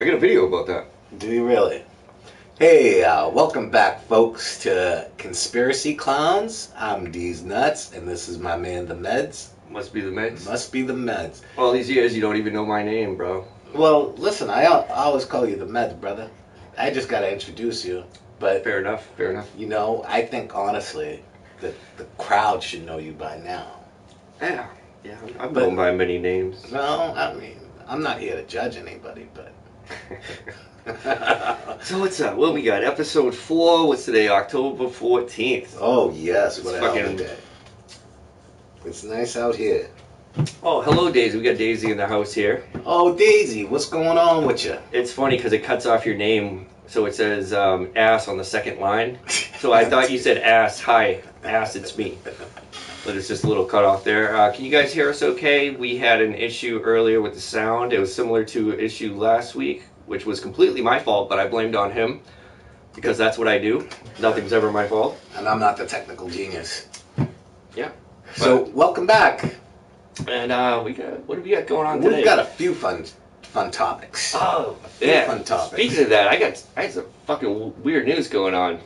I got a video about that. Do you really? Hey, uh, welcome back, folks, to Conspiracy Clowns. I'm D's Nuts, and this is my man, The Meds. Must be the meds. Must be The Meds. All these years, you don't even know my name, bro. Well, listen, I, al- I always call you The Meds, brother. I just got to introduce you. But, Fair enough. Fair enough. you know, I think honestly that the crowd should know you by now. Yeah. Yeah. I've But- known by many names. No, I mean, I'm not here to judge anybody, but. so what's up? What we got? Episode four. What's today? October fourteenth. oh, yes, what It's a hell of a fucking- day. It's nice out here. Oh, hello, Daisy. We got Daisy in the house here. Oh, Daisy, what's going on with you? It's funny because it cuts off your name, so it says um, ass on the second line. So I thought you said ass. Hi, ass. It's me. But it's just a little cut off there. Uh, can you guys hear us? Okay. We had an issue earlier with the sound. It was similar to an issue last week, which was completely my fault, but I blamed on him because that's what I do. Nothing's ever my fault. And I'm not the technical genius. Yeah. So welcome back. And uh, we got what do we got going on today? We've got a few fun, fun topics. Oh, yeah. Fun topic. Speaking of that, I got I had some fucking w- weird news going on.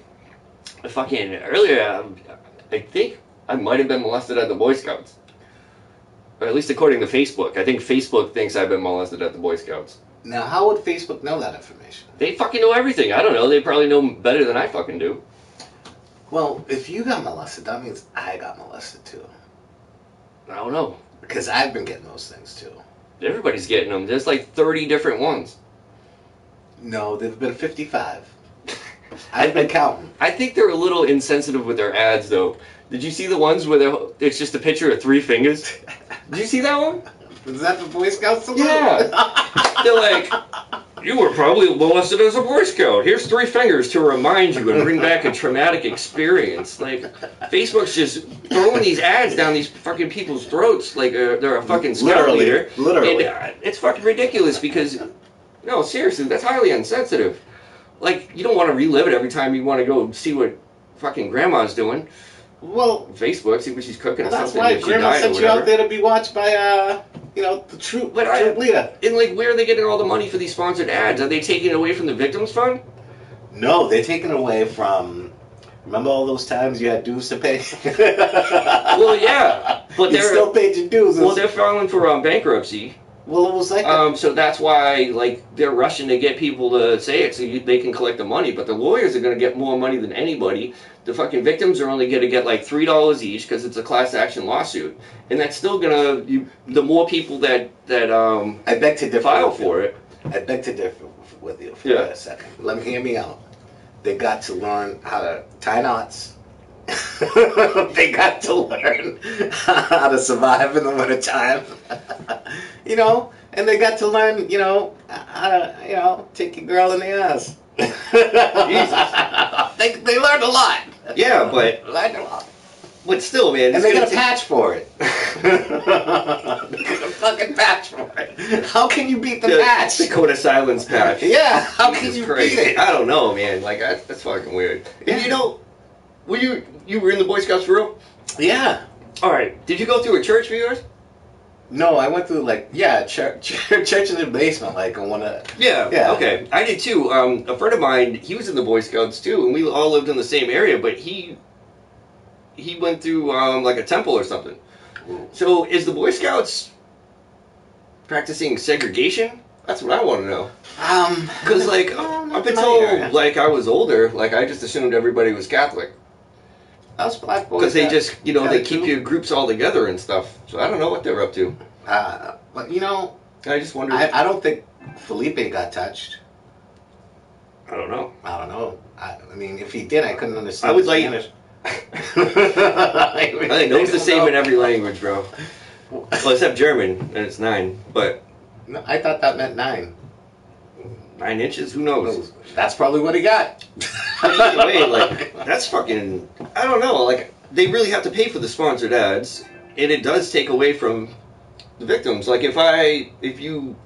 I Fucking earlier, um, I think I might have been molested at the Boy Scouts, or at least according to Facebook. I think Facebook thinks I've been molested at the Boy Scouts. Now, how would Facebook know that information? They fucking know everything. I don't know. They probably know better than I fucking do. Well, if you got molested, that means I got molested too. I don't know. Because I've been getting those things too. Everybody's getting them. There's like 30 different ones. No, there've been 55. I've been counting. I think they're a little insensitive with their ads, though. Did you see the ones where they're- it's just a picture of three fingers? Did you see that one? Is that the Boy Scouts? salute? Yeah. They're like, you were probably molested as a Boy Scout. Here's three fingers to remind you and bring back a traumatic experience. Like, Facebook's just throwing these ads down these fucking people's throats like uh, they're a fucking scout Literally, leader. literally. And, uh, it's fucking ridiculous because, no, seriously, that's highly insensitive. Like, you don't want to relive it every time you want to go see what fucking grandma's doing. Well, Facebook, see what she's cooking. or that's something, why if she Grandma died or sent you whatever. out there to be watched by, uh, you know, the troop, But I- troop leader. And like, where are they getting all the money for these sponsored ads? Are they taking it away from the victims' fund? No, they're taking away from. Remember all those times you had dues to pay? well, Well, yeah, but you they're still paid your dues. well, they're filing for um, bankruptcy. Well, it was like that. Um, so that's why like they're rushing to get people to say it so you, they can collect the money. But the lawyers are going to get more money than anybody. The fucking victims are only going to get like three dollars each because it's a class action lawsuit, and that's still gonna you, the more people that that um, I beg to differ. file with for it. you. I beg to differ f- with you for Yeah. a second. Let me hear me out. They got to learn how to tie knots. they got to learn how to survive in the wintertime. you know, and they got to learn, you know, how to, you know, take your girl in the ass. they, they learned a lot. Yeah, but Learned a lot. but still, man, And it's they gonna got a patch for it. they got a fucking patch for it. How can you beat the take patch? Dakota Silence patch. Yeah, how can Jesus you Christ. beat it? I don't know, man. Like that's, that's fucking weird. Yeah. And you know, were you you were in the Boy Scouts for real? Yeah. All right. Did you go through a church for yours? No, I went through like yeah, church, church in the basement, like on one of. Yeah. Yeah. Okay. I did too. Um, a friend of mine, he was in the Boy Scouts too, and we all lived in the same area. But he he went through um, like a temple or something. So is the Boy Scouts practicing segregation? That's what I want to know. Um, Because like Um, up my until area. like I was older, like I just assumed everybody was Catholic. us black boys. Because they got- just, you know, got they a keep group. your groups all together and stuff. So I don't know what they're up to. Uh, but you know, I just wonder. I, I don't think Felipe got touched. I don't know. I don't know. I, I mean, if he did, I couldn't understand. I would the like- Spanish. I I think those the don't same in know. every language, bro. Well, except German, and it's nine. But No, I thought that meant nine. nine inches, who knows? That's probably what he got. Either way, like that's fucking. I don't know. Like they really have to pay for the sponsored ads, and it does take away from the victims. Like if I, if you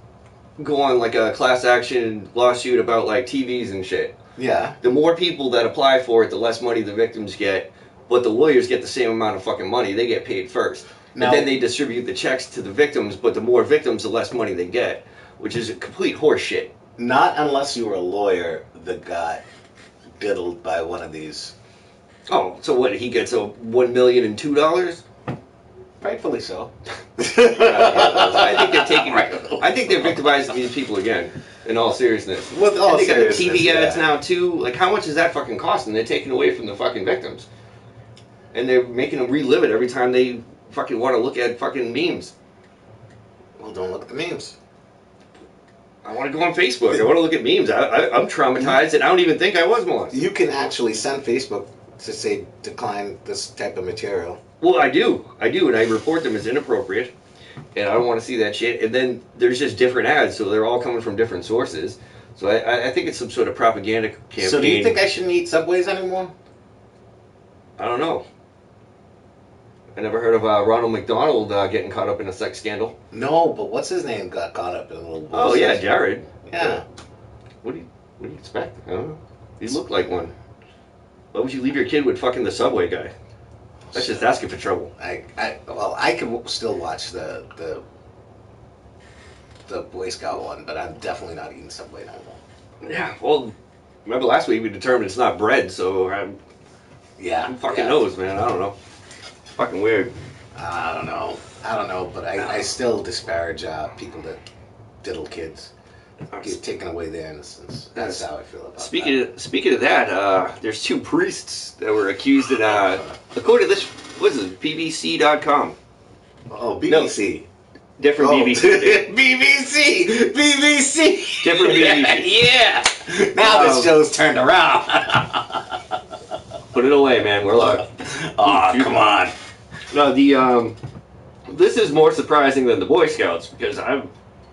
go on like a class action lawsuit about like TVs and shit, yeah. the more people that apply for it, the less money the victims get. But the lawyers get the same amount of fucking money. They get paid first. Now- and then they distribute the checks to the victims, but the more victims, the less money they get, which is a complete horseshit. Not unless you were a lawyer that got diddled by one of these. Oh, so what? He gets a one million and two dollars. Rightfully so. I think they're taking. Right. I think they're victimizing these people again. In all seriousness, With all and they got the seriousness, TV ads yeah. now too. Like, how much is that fucking costing? They're taking away from the fucking victims, and they're making them relive it every time they fucking want to look at fucking memes. Well, don't look at the memes. I want to go on Facebook. I want to look at memes. I, I, I'm traumatized, and I don't even think I was molested. You can actually send Facebook to say decline this type of material. Well, I do, I do, and I report them as inappropriate, and I don't want to see that shit. And then there's just different ads, so they're all coming from different sources. So I- I, I think it's some sort of propaganda campaign. So, do you think I shouldn't eat Subways anymore? I don't know. I never heard of uh, Ronald McDonald uh, getting caught up in a sex scandal. No, but what's his name got caught up in a little. Oh yeah, Jared. Yeah. What do you What do you expect? I don't know. He looked like one. Why would you leave your kid with fucking the subway guy? That's just asking for trouble. I, I well, I can w- still watch the the the Boy Scout one, but I'm definitely not eating Subway no more. Yeah. Well, remember last week we determined it's not bread, so I'm, Yeah, i fucking yeah. knows, man. I don't know. Fucking weird. I don't know. I don't know, but I, I still disparage uh, people that diddle kids, get taken away their innocence. That's how I feel about Speaking of, speaking of that, uh, there's two priests that were accused in uh, according to this, what is it, BBC.com, that. oh BBC, different oh. BBC. BBC, BBC, Different BBC. yeah. yeah. Now Um, this show's turned around. Put it away, man. We're live. oh come on. No, the um, this is more surprising than the Boy Scouts because I,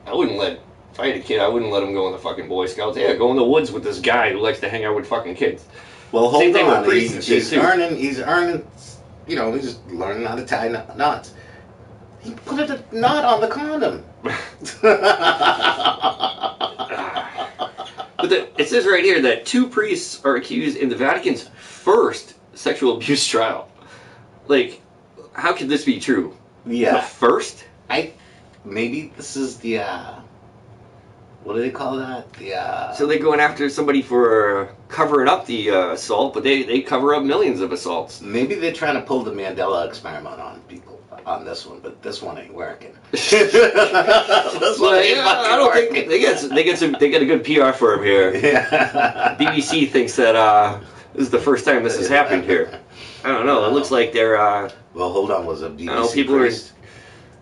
I wouldn't let if I had a kid, I wouldn't let him go in the fucking Boy Scouts. Yeah, go in the woods with this guy who likes to hang out with fucking kids. Well, hold Same thing with on. priests He's, and shit, he's too. earning. He's earning. You know, he's learning how to tie kn- knots. He put a knot on the condom. But the, it says right here that two priests are accused in the Vatican's first sexual abuse trial. Like, how could this be true? The yeah, first? I. Maybe this is the. uh What do they call that? The. uh So they're going after somebody for covering up the uh, assault, but they, they cover up millions of assaults. Maybe they're trying to pull the Mandela experiment on people on this one, but this one ain't working. this Well, one ain't yeah, fucking I don't working. think they get they get some they get a good PR firm here. yeah. BBC thinks that uh, this is the first time this has happened here. I don't know. It looks like they're uh, Well, hold on. Was it a BBC know, people are- priest?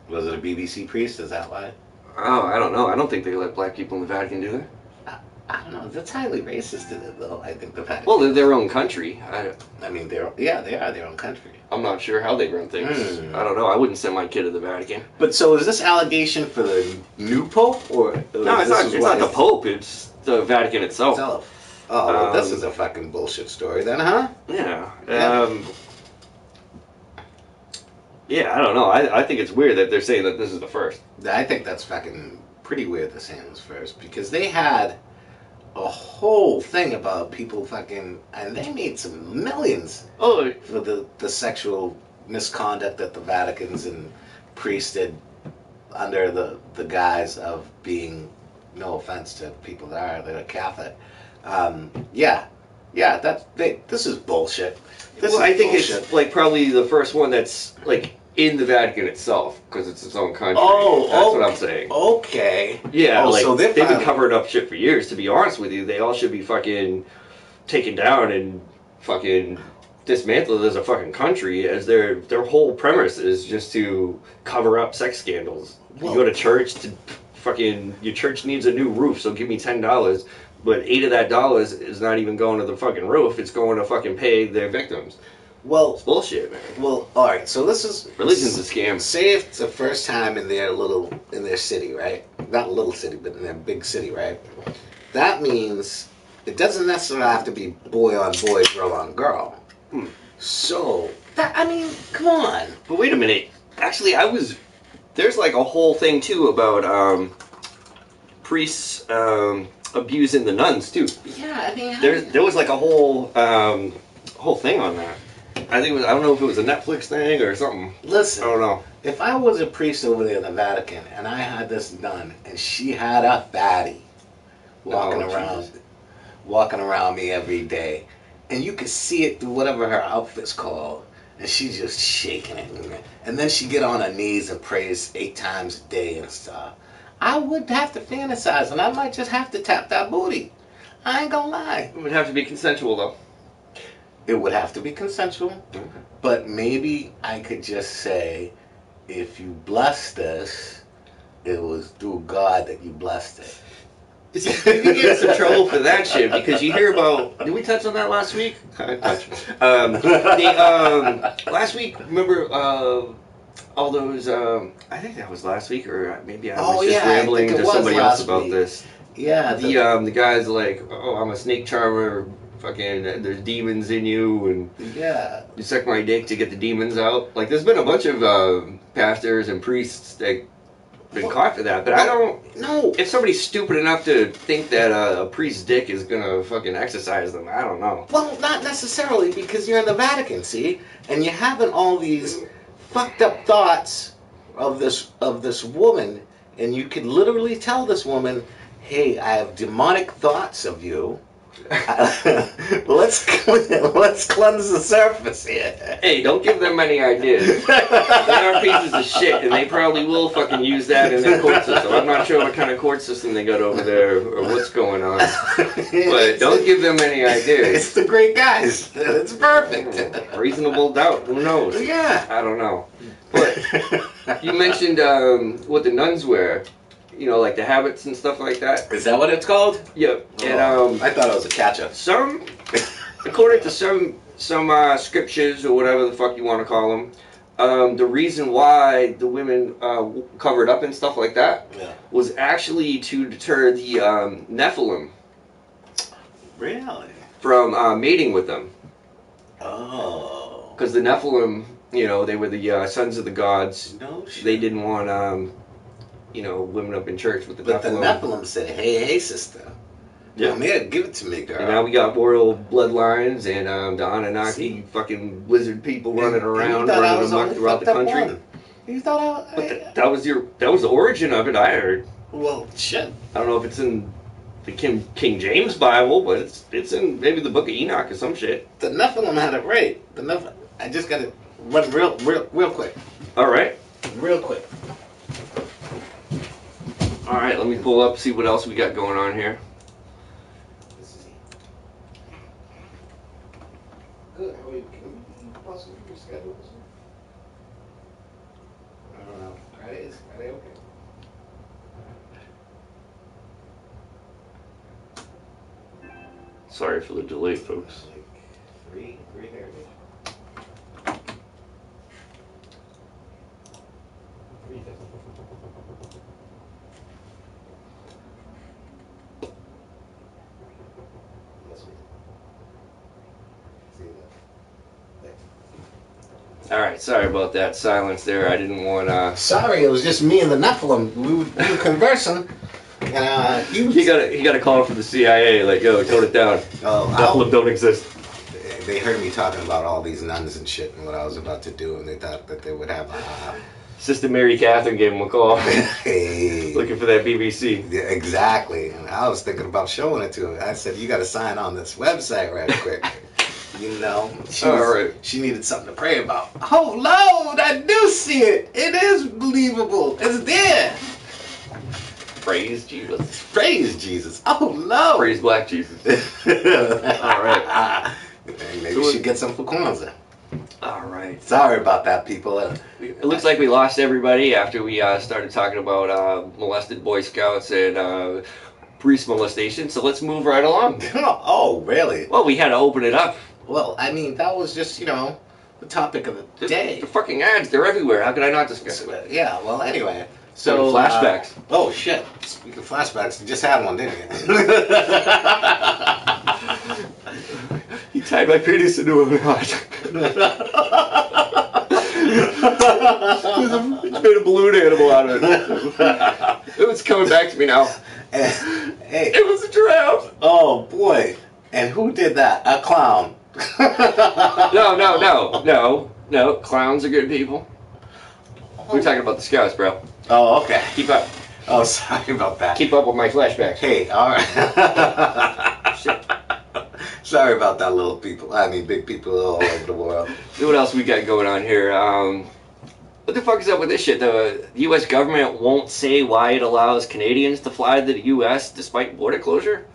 Was it a BBC priest? Is that why? oh I don't know. I don't think they let black people in the Vatican do that. I don't know. That's highly racist of them, though. I think the fact. Well, they're their own country. I, I mean, they're yeah, they are their own country. I'm not sure how they run things. Hmm. I don't know. I wouldn't send my kid to the Vatican. But so is this allegation for the new pope or No, it's this not. is It's what not the Pope. It's the Vatican itself. itself? Oh, well, Um, this is a fucking bullshit story, then, huh? Yeah. Yeah. Um, yeah, I don't know. I, I think it's weird that they're saying that this is the first. I think that's fucking pretty weird. The saying was first because they had a whole thing about people fucking, and they made some millions Oh, for the, the sexual misconduct that the Vatican's and priests did under the, the guise of being, no offense to people that are, that are Catholic. Um, yeah, yeah, that they, this is bullshit. This well, is I think bullshit. it's like probably the first one that's like in the Vatican itself because it's its own country. Oh, that's okay. what I'm saying. okay. Yeah, Oh, like so they're they've been filing- covering up shit for years. To be honest with you, they all should be fucking taken down and fucking dismantled as a fucking country. As their their whole premise is just to cover up sex scandals. Well- You go to church to fucking your church needs a new roof, so give me ten dollars. But eight of that dollars is not even going to the fucking roof. It's going to fucking pay their victims. Well, It's bullshit, man. well, all right. So this is Religion's a scam. Say it's the first time in their little in their city, right? Not little city, but in their big city, right? That means it doesn't necessarily have to be boy on boy, girl on girl. Hmm. So that I mean, come on. But wait a minute. Actually, I was. There's like a whole thing too about um, priests um, abusing the nuns too. Yeah, I mean, how- There, there was like a whole um, whole thing on that. I think it was, I don't know if it was a Netflix thing or something. I listen. don't know. If I was a priest over there in the Vatican and I had this nun and she had a fatty, walking Oh, around, Jesus. walking around me every day, and you could see it through whatever her outfit's called, and she's just shaking it. And then she get on her knees and prays eight times a day and stuff. I would have to fantasize, and I might just have to tap that booty. I ain't gonna lie. It would have to be consensual though. It would have to be consensual, Okay. but maybe I could just say, if you blessed us, it was through God that you blessed it. See, you get in some trouble for that shit because you hear about. Did we touch on that last week? I touched. Um, they, um, last week, remember uh, all those? Um, I think that was last week, or maybe I was Oh, just yeah, I rambling think it to was somebody last else about week. this. Yeah, the- The um, the guy's like, "Oh, I'm a snake charmer. Fucking, uh, there's demons in you, and yeah. you suck my dick to get the demons out." Like, there's been a bunch of uh, pastors and priests that been Well- caught for that, but I don't. No, If somebody's stupid enough to think that uh, a priest's dick is gonna fucking exercise them, I don't know. well, not necessarily because you're in the Vatican, see, and you're having all these fucked up thoughts of this of this woman, and you can literally tell this woman, "Hey, I have demonic thoughts of you. let's cle- let's cleanse the surface here." Hey, don't give them any ideas. They are pieces of shit, and they probably will fucking use that in their court system. I'm not sure what kind of court system they got over there or what's going on, but don't give them any It's ideas. Hmm, the great guys. It's perfect. Reasonable doubt. Who knows? Yeah. I don't know. But you mentioned um, what the nuns wear. You know, like the habits and stuff like that. Is that what it's called? Yep. And um, I thought it was a catch-up. some according to some some uh, scriptures or whatever the fuck you want to call them um, the reason why the women uh, w- covered up and stuff like that Yeah. was actually to deter the um, nephilim Really? from uh, mating with them Oh. because the nephilim you know they were the uh, sons of the gods No shit. they didn't want um, you know women up in church with the But the nephilim Nephilim said, hey, hey, sister. Yeah. Man, give it to me, girl. and now we got royal bloodlines and um, the Anunnaki See? fucking lizard people And- running and you around, thought I running was amok only throughout the fucked up country. one. You thought I, But I- that, that was your that was the origin of it. I heard. Well, shit. I don't know if it's in the Kim, King James Bible, but it's it's in maybe the Book of Enoch or some shit. The Nephilim had it right. The Nephilim. I just got to run real, real, real quick. All right, Real quick. all right. Let me pull up see what else we got going on here. Good. How are you? Can you possibly your schedule? I don't know. Are they, are they okay? Sorry for the delay, folks. Like three, three heritage. Three dozen. Yes, we did. See All right, sorry about that silence there. I didn't want that? to. Sorry, it was just me and the Nephilim. We were, we were conversing, and uh, you. He got a, he got a call from the CIA. Like, yo, tone it down. oh, Nephilim don't exist. they heard me talking about all these nuns and shit and what I was about to do, and they thought that they would have a. Uh, Sister Mary Catherine gave him a call, hey. looking for that BBC. Yeah, exactly. And I was thinking about showing it to her. I said, "You got to sign on this website right quick." you know, she, All was- right. she needed something to pray about. Oh Lord, I do see it. It is believable. It's there. Praise Jesus. Praise Jesus. Oh Lord. Praise Black Jesus. All right. Maybe So she it- she get some for Kwanzaa. All right. Sorry about that, people. Uh, It looks like we lost everybody after we uh, started talking about uh, molested Boy Scouts and uh, priest molestation. So let's move right along. Oh, really? Well, we had to open it up. Well, I mean, that was just you know the topic of the The, day. the fucking ads, they're everywhere. How could I not discuss it? Yeah. Well, anyway. So So flashbacks. uh, oh shit! Speaking of flashbacks, you just had one, didn't you? he tied my penis into a knot. He made a balloon animal out of it. It was coming back to me now. And- hey, It was a giraffe. Eh, oh boy! And who did that? A clown. No, no, no, no, no. Clowns are good people. We're talking about the Scouts, bro. Oh, okay. Keep up. Oh, sorry about that. Keep up with my flashbacks. Hey, all right. Shit. Sorry about that, little people. I mean, big people all over the world. See what else we got going on here. Um, what the fuck is up with this shit? The U.S. government won't say why it allows Canadians to fly to the U.S. despite border closure.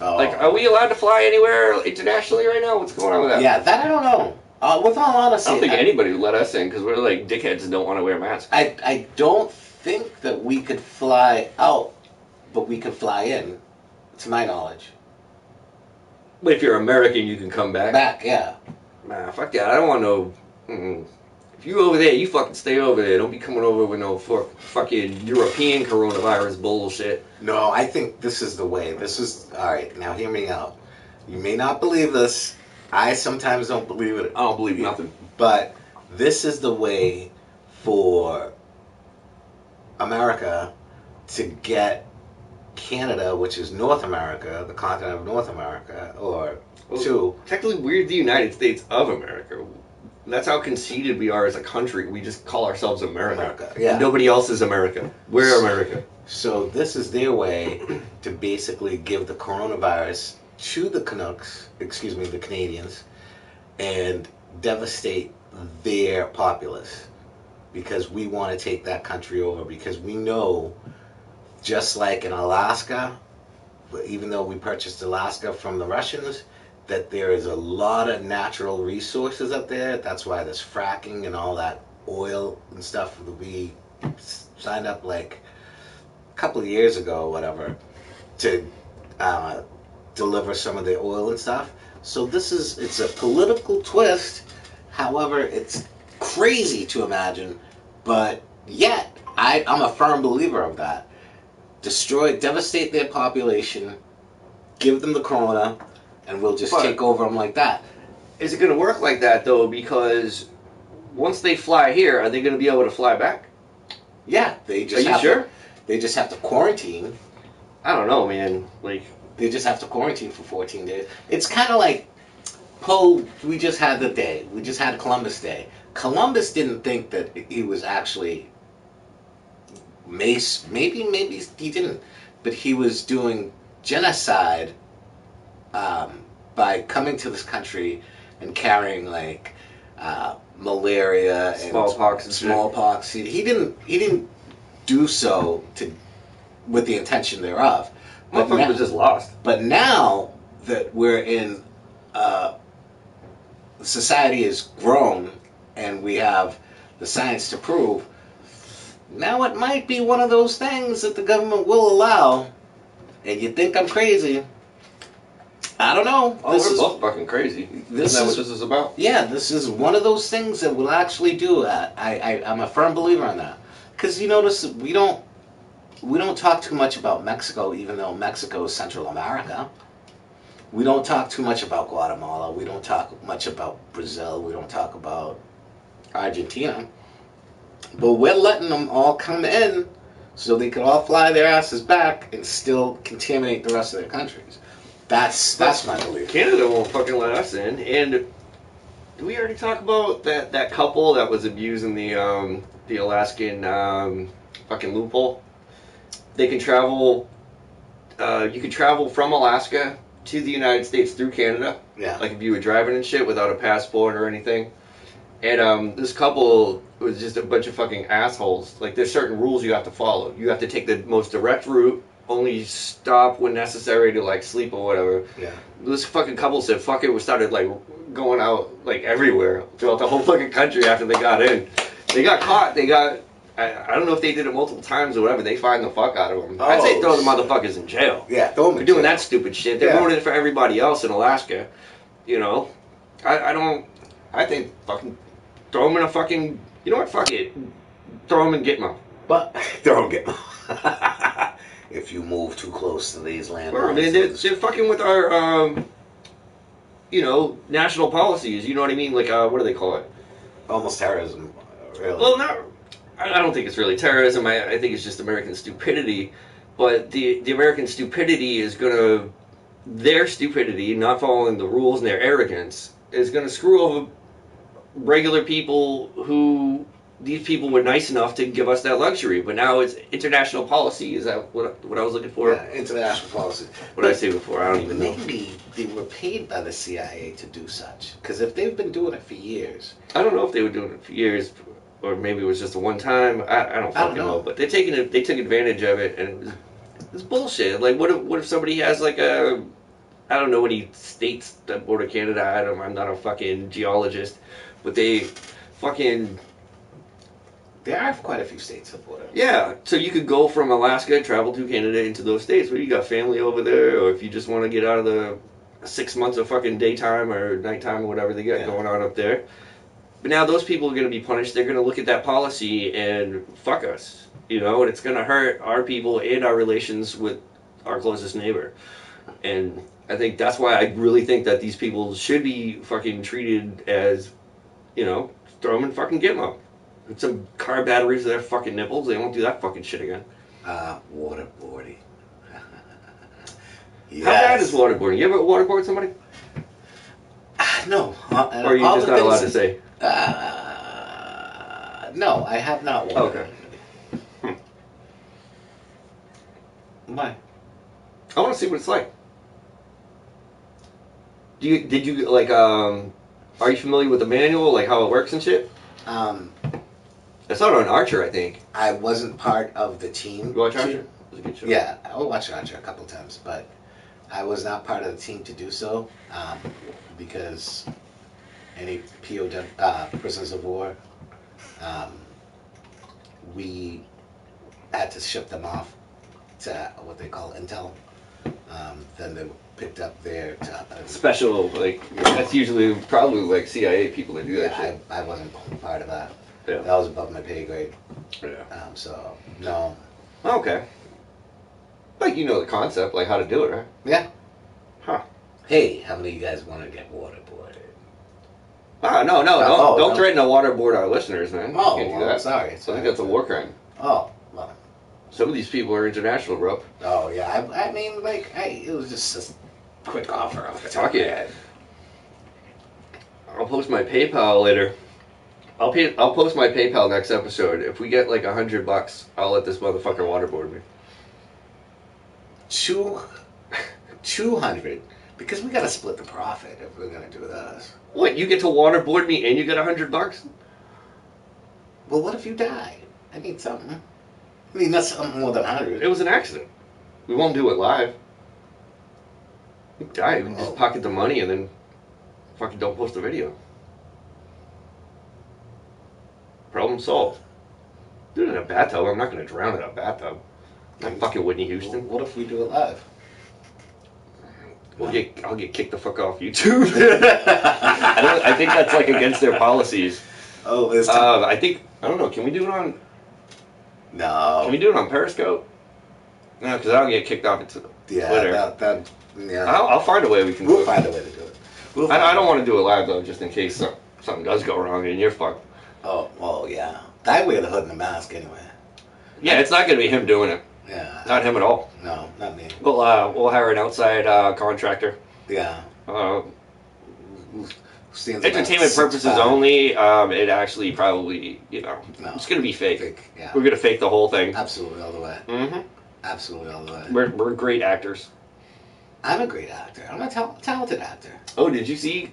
Oh. Like, are we allowed to fly anywhere internationally right now? What's going on with that? yeah, that I don't know. Uh, with all honesty, I don't think I, anybody would let us in because we're like dickheads and don't want to wear masks. I, I don't think that we could fly out, but we could fly in. To my knowledge, But if you're American, you can come back. back yeah. Nah, fuck that. I don't want no. Mm-mm. If you over there, you fucking stay over there. Don't be coming over with no fuck, fucking European coronavirus bullshit. No, I think this is the way. This is all right. Now, hear me out. You may not believe this. I sometimes don't believe it I don't believe nothing. But this is the way for America to get Canada, which is North America, the continent of North America, or Well, two. Technically, we're the United States of America. That's how conceited we are as a country. We just call ourselves America. America, yeah. Nobody else is America. We're America. So this is their way to basically give the coronavirus to the Canucks, excuse me, the Canadians, and devastate their populace because we want to take that country over because we know just like in Alaska, but even though we purchased Alaska from the Russians, that there is a lot of natural resources up there. That's why there's fracking and all that oil and stuff that we s- signed up like a couple of years ago or whatever to uh, deliver some of the oil and stuff. So this is it's a political twist. However, it's crazy to imagine, but yet I, I'm a firm believer of that destroy, devastate their population, give them the corona, and we'll just But- take over them like that. Is it going to work like that though? Because once they fly here, are they going to be able to fly back? Yeah, they just are you have sure? to, they just have to quarantine. I don't know, man. Like, They just have to quarantine for 14 days. It's kind of like, Poe. We just had the day. We just had Columbus Day. Columbus didn't think that he was actually mace. Maybe, maybe he didn't, but he was doing genocide um, by coming to this country and carrying like uh, malaria and Smallpox and shit. smallpox. He, he didn't. He didn't do so to with the intention thereof. But motherfuckers now- was just lost. but now that we're in, uh, society has grown and we have the science to prove, now it might be one of those things that the government will allow. And you think I'm crazy. I don't know. Oh, This we're is- both fucking crazy. Isn't this that what is- this is about? yeah, this is one of those things that we'll actually do. I, I, I- I'm a firm believer in that. Because you notice that we don't we don't talk too much about Mexico, even though Mexico is Central America. We don't talk too much about Guatemala. We don't talk much about Brazil. We don't talk about Argentina. But we're letting them all come in so they could all fly their asses back and still contaminate the rest of their countries. That's that's my belief. Canada won't fucking let us in. And did we already talk about that, that couple that was abusing the um, the Alaskan um, fucking loophole? They can travel. Uh, you can travel from Alaska to the United States through Canada, Yeah. like if you were driving and shit without a passport or anything. And um, this couple was just a bunch of fucking assholes. Like there's certain rules you have to follow. You have to take the most direct route. Only stop when necessary to like sleep or whatever Yeah. this fucking couple said fuck it we started like going out like everywhere throughout the whole fucking country after they got in they got caught they got I, I don't know if they did it multiple times or whatever they fined the fuck out of them i'd say Oh, throw the shit. motherfuckers in jail Yeah, throw 'em they're in doing jail. that stupid shit they're Yeah. ruining it for everybody else in alaska you know i, I don't i think fucking throw them in a fucking you know what fuck it throw them in gitmo But don't get. if you move too close to these Well, I mean, they're, landlines, they're fucking with our, um, you know, national policies. You know what I mean? Like, uh, what do they call it? almost terrorism. uh, Really? Well, not. I I don't think it's really terrorism. I, I think it's just American stupidity. But the the American stupidity is gonna their stupidity, not following the rules, and their arrogance is gonna screw over regular people who these people were nice enough to give us that luxury, but now it's international policy. Is that what what I was looking for? yeah, international policy. What did I say before? I don't even know. Maybe they were paid by the CIA to do such. Because if they've been doing it for years, I don't know if they were doing it for years, or maybe it was just a one time. I, I don't fucking know. know. But they taking it. They took advantage of it, and it was, it's bullshit. Like, what if what if somebody has like a I don't know any states that border Canada. I don't. I'm not a fucking geologist, but they fucking there are quite a few states that border. yeah. So you could go from Alaska, travel to Canada into those states. But you got family over there, or if you just want to get out of the six months of fucking daytime or nighttime or whatever they got Yeah. going on up there. But now those people are going to be punished. They're going to look at that policy and fuck us, you know, and it's going to hurt our people and our relations with our closest neighbor. And I think that's why I really think that these people should be fucking treated as, you know, throw them in fucking Gitmo. Put some car batteries to their fucking nipples. They won't do that fucking shit again. Uh, waterboarding. yes. How bad is waterboarding? You ever waterboard somebody? Ah, No. Uh, Or are you all just the not allowed to things- say? Uh, no, I have not won. Okay. Hmm. Why? I want to see what it's like. Do you did you like um? Are you familiar with the manual, like how it works and shit? Um, I saw it on Archer, I think. I wasn't part of the team. You watch to- Archer? It was a good show. Yeah, oh, I watched Archer a couple times, but I was not part of the team to do so um, because any POW uh, prisoners of war, um, we had to ship them off to what they call intel. Um, then they picked up their. Uh, Special, like that's usually probably like CIA people that do that yeah, I, I wasn't part of that. Yeah. That was above my pay grade. shit. Yeah. Um, so no, Okay. Like you know the concept, like how to do it, right? yeah. Huh. Hey, how many of you guys want to get waterboarded? Ah, no, no, No, don't, oh, don't no. threaten to waterboard our listeners, man. You Oh, can't do well, that. sorry. I think that's a war crime. Oh, well, Some of these people are international, bro. oh yeah. I, I mean, like, I it was just a quick offer. Off the top Fuck of my it. head. I'll post my PayPal later. I'll pay, I'll post my PayPal next episode. If we get like a hundred bucks, I'll let this motherfucker waterboard me. Two, two hundred, because we gotta split the profit if we're gonna do this. What? You get to waterboard me and you get a hundred bucks? Well, what if you die? I need something. I mean, that's something more than hundred. It was an accident. We won't do it live. We die. We just Oh. pocket the money and then fucking don't post the video. Problem solved. Do it in a bathtub. I'm not gonna drown in a bathtub. I'm fucking Whitney Houston. What if we do it live? We'll get, I'll get kicked the fuck off YouTube. Well, I think that's like against their policies. Oh, it's Um, I think I don't know. Can we do it on? no. Can we do it on Periscope? No, because I'll get kicked off into. yeah, Twitter? that, that, yeah. I'll, I'll find a way we can do we'll it. find a way to do it. We'll I, I find a don't way. want to do it live though, just in case some, something does go wrong and you're fucked. Oh, well, yeah. I wear the hood and the mask anyway. Yeah, it's not gonna be him doing it. Yeah. Not him at all. No, not me. We'll uh, we'll hire an outside uh, contractor. Yeah. Uh, Stands about entertainment six purposes five. only. Um, it actually probably you know No. it's gonna be fake. Fake, yeah. We're gonna fake the whole thing. Absolutely all the way. hmm Absolutely all the way. We're we're great actors. I'm a great actor. I'm a tal- talented actor. Oh, did you see?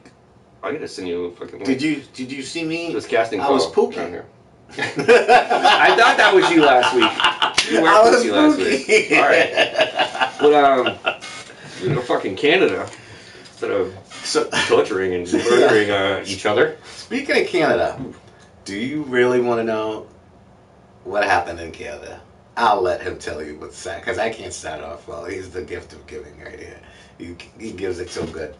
I gotta send you a fucking. Link. Did you Did you see me? This casting. I was call pooping. around here. I I thought that was you last week. You were I was pussy last week. spooky. All right, but um, you know, fucking Canada instead of So, torturing and murdering uh, each other. speaking of Canada, do you really want to know what happened in Canada? I'll let him tell you what's that because I can't start off well. He's the gift of giving right here. He, he gives it so good.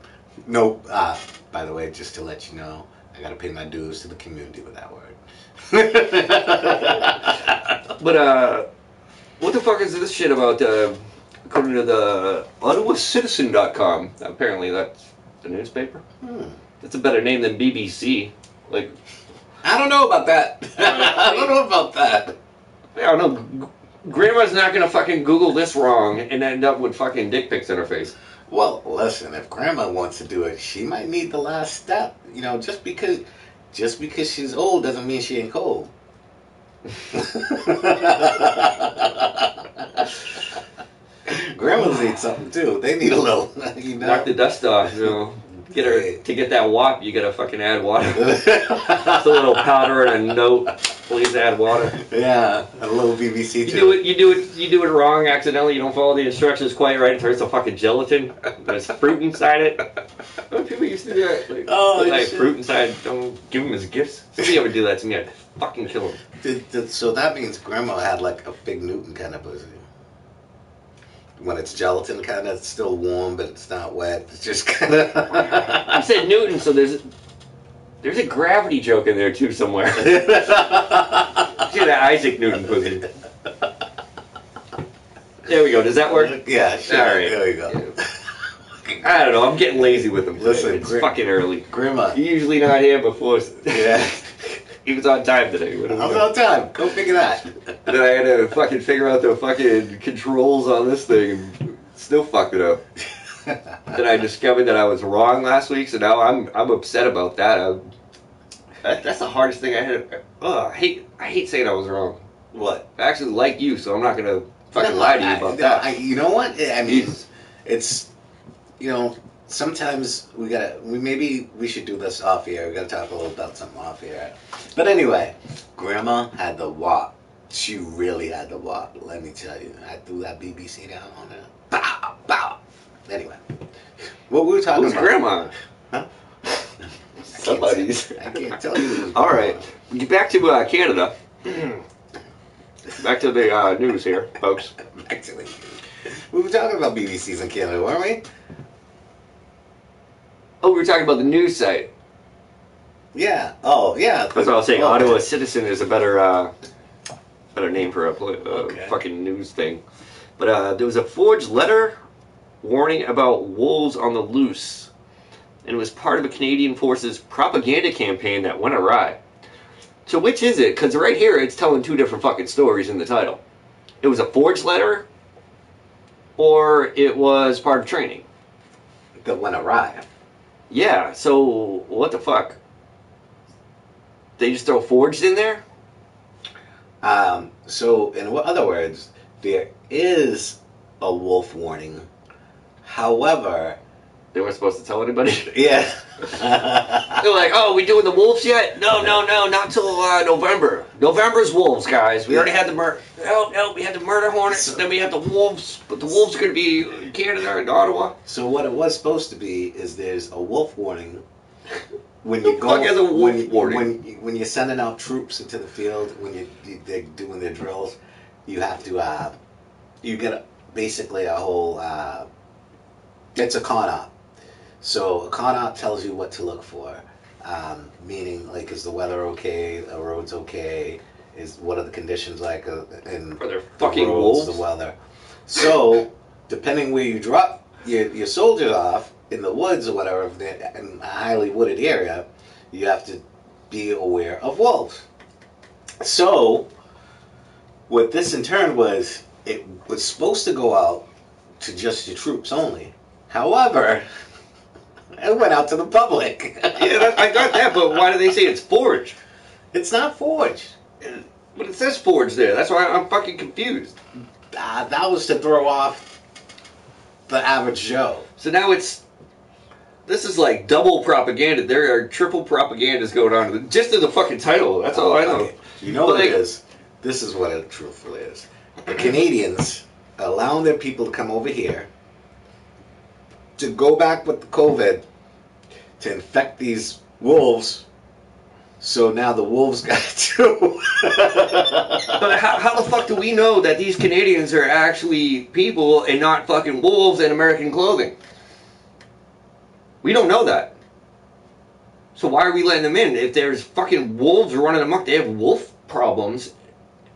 No, uh, by the way, just to let you know, I gotta pay my dues to the community with that word. But uh, what the fuck is this shit about? Uh, according to the OttawaCitizen.com, apparently that's the newspaper. Hmm. That's a better name than BBC. Like I don't know about that. I don't know about that. I don't know. g- Grandma's not gonna fucking Google this wrong and end up with fucking dick pics in her face. Well, listen, if grandma wants to do it, she might need the last step. You know, just because just because she's old doesn't mean she ain't cold. Grandmas need something too. They need a little, you know. Knock the dust off, you know. Get her to get that wop. You gotta fucking add water. Just a little powder and a note. Please add water. yeah, a little BBC You too. do it. You do it. You do it wrong accidentally. You don't follow the instructions quite right. It turns to fucking gelatin. There's fruit inside it. People used to do that. Like, Oh, put, like shit. fruit inside. Don't give them as gifts. Somebody ever do that to me? I'd fucking kill them. Did- did- so that means grandma had like a big Newton kind of pussy. When it's gelatin, kind of it's still warm, but it's not wet. It's just kind I of. said Newton, so there's there's a gravity joke in there too somewhere. See that Isaac Newton pussy. There we go. Does that work? yeah, sure. All right. There you go. I don't know. I'm getting lazy with him. today. Listen, it's Gr- fucking early. Grandma. He's usually not here before. Yeah. he was on time today. What I do we was know? on time. Go figure that. then I had to fucking figure out the fucking controls on this thing. and Still fucked it up. Then I discovered that I was wrong last week, so now I'm I'm upset about that. I, that that's the hardest thing I had. Ugh, I hate I hate saying I was wrong. what? I actually like you, so I'm not gonna fucking lie to you about I- that. I, you know what? I mean, Jesus. it's you know sometimes we gotta we maybe we should do this off here. We gotta talk a little about something off here. But anyway, Grandma had the wop. She really had the wop. Let me tell you, I threw that BBC down on her. Bow bow. Anyway, what we were talking Who's about? grandma? Huh? Somebody's. I can't tell you. Hmm. who's All right, back to uh, Canada. back to the uh, news here, folks. grandma. Back to the- We were talking about BBCs in Canada, weren't we? Oh, we were talking about the news site. Yeah. Oh, yeah. That's what I was saying. Well, Ottawa Citizen is a better uh, better name for a poli- uh, Okay. fucking news thing. But uh, there was a forged letter warning about wolves on the loose, and it was part of a Canadian forces propaganda campaign that went awry. So which is it? Because right here it's telling two different fucking stories in the title. It was a forged letter, or it was part of training. That went awry. Yeah, so what the fuck? They just throw forged in there? Um, so, in what other words, there is a wolf warning. However, They weren't supposed to tell anybody. yeah. They're like, "Oh, we doing the wolves yet? No, no, no, not till uh, November. November's wolves, guys. We already had the murder. No, no, we had the murder hornets. Then we had the wolves, but the wolves are going to be in Canada and Ottawa. so, what it was supposed to be is there's a wolf warning. When you The go, fuck is a wolf when, warning? when when you're sending out troops into the field, when you, you they're doing their drills, you have to uh, you get a, basically a whole uh, it's a con op. So a con op tells you what to look for, um, meaning like is the weather okay, the roads okay, is what are the conditions like uh, in Are there the fucking roads, wolves? the weather. So depending where you drop your your soldiers off in the woods or whatever, if they're in a highly wooded area, you have to be aware of wolves. So what this in turn was, it was supposed to go out to just your troops only. However, it went out to the public. Yeah, that, I got that, but why do they say it's forged? It's not forged. But it says forged there. That's why I'm fucking confused. Uh, that was to throw off the average Joe. So now it's." This is like double propaganda. There are triple propagandas going on. Just in the fucking title. That's all I know. Okay. You know But what it like- is? This is what it truthfully is. The Canadians allowing their people to come over here to go back with the COVID to infect these wolves. So now the wolves got it too. But how, how the fuck do we know that these Canadians are actually people and not fucking wolves in American clothing? We don't know that. So why are we letting them in? If there's fucking wolves running amok, they have wolf problems.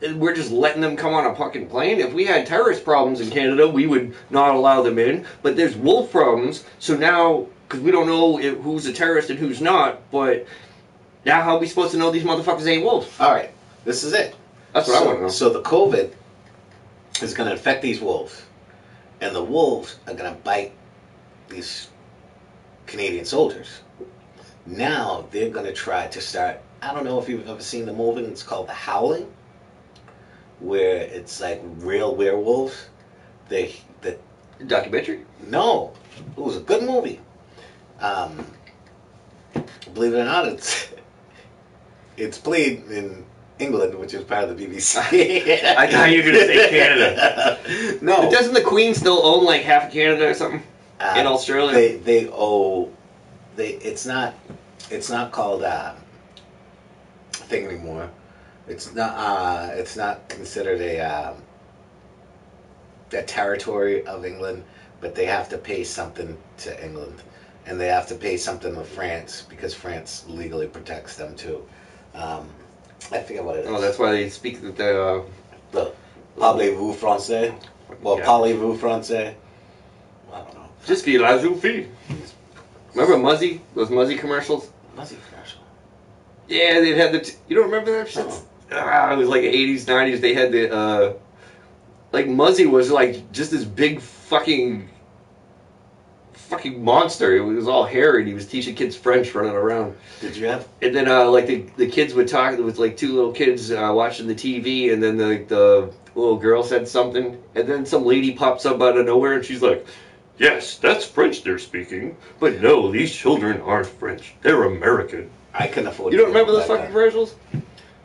and We're just letting them come on a fucking plane. If we had terrorist problems in Canada, we would not allow them in. But there's wolf problems, so now because we don't know if, who's a terrorist and who's not. But now how are we supposed to know these motherfuckers ain't wolves? All right, this is it. That's what so, I want to know. So the COVID is going to affect these wolves, and the wolves are going to bite these Canadian soldiers. Now they're going to try to start. I don't know if you've ever seen the movie. It's called The Howling. where it's like real werewolves. They the Documentary? no, it was a good movie. Um, believe it or not, it's it's played in England, which is part of the BBC. I thought you were gonna say Canada. no, Doesn't the Queen still own like half of Canada or something? uh, in Australia? they they owe they it's not it's not called uh, thing anymore. It's not uh, it's not considered a um, a territory of England, but they have to pay something to England, and they have to pay something to France because France legally protects them too. Um, I forget what it is. oh, that's why they speak the. the uh, parlez-vous français? Well, yeah. parlez-vous français? I don't know. Just be la Zoufie. Remember Muzzy? Those Muzzy commercials? Muzzy commercial. Yeah, they'd have the. T- you don't remember that shit? No. Ah, it was like 80s, 90s. They had the. uh Like Muzzy was like just this big fucking. Fucking monster. It was all hairy and he was teaching kids French running around. Did you have And then, uh, like, the, the kids would talk with, like, two little kids uh, watching the TV, and then the, the little girl said something, and then some lady pops up out of nowhere, and she's like, Yes, that's French they're speaking, but no, these children aren't French. They're American. I couldn't afford. You don't to remember live those back fucking then. commercials?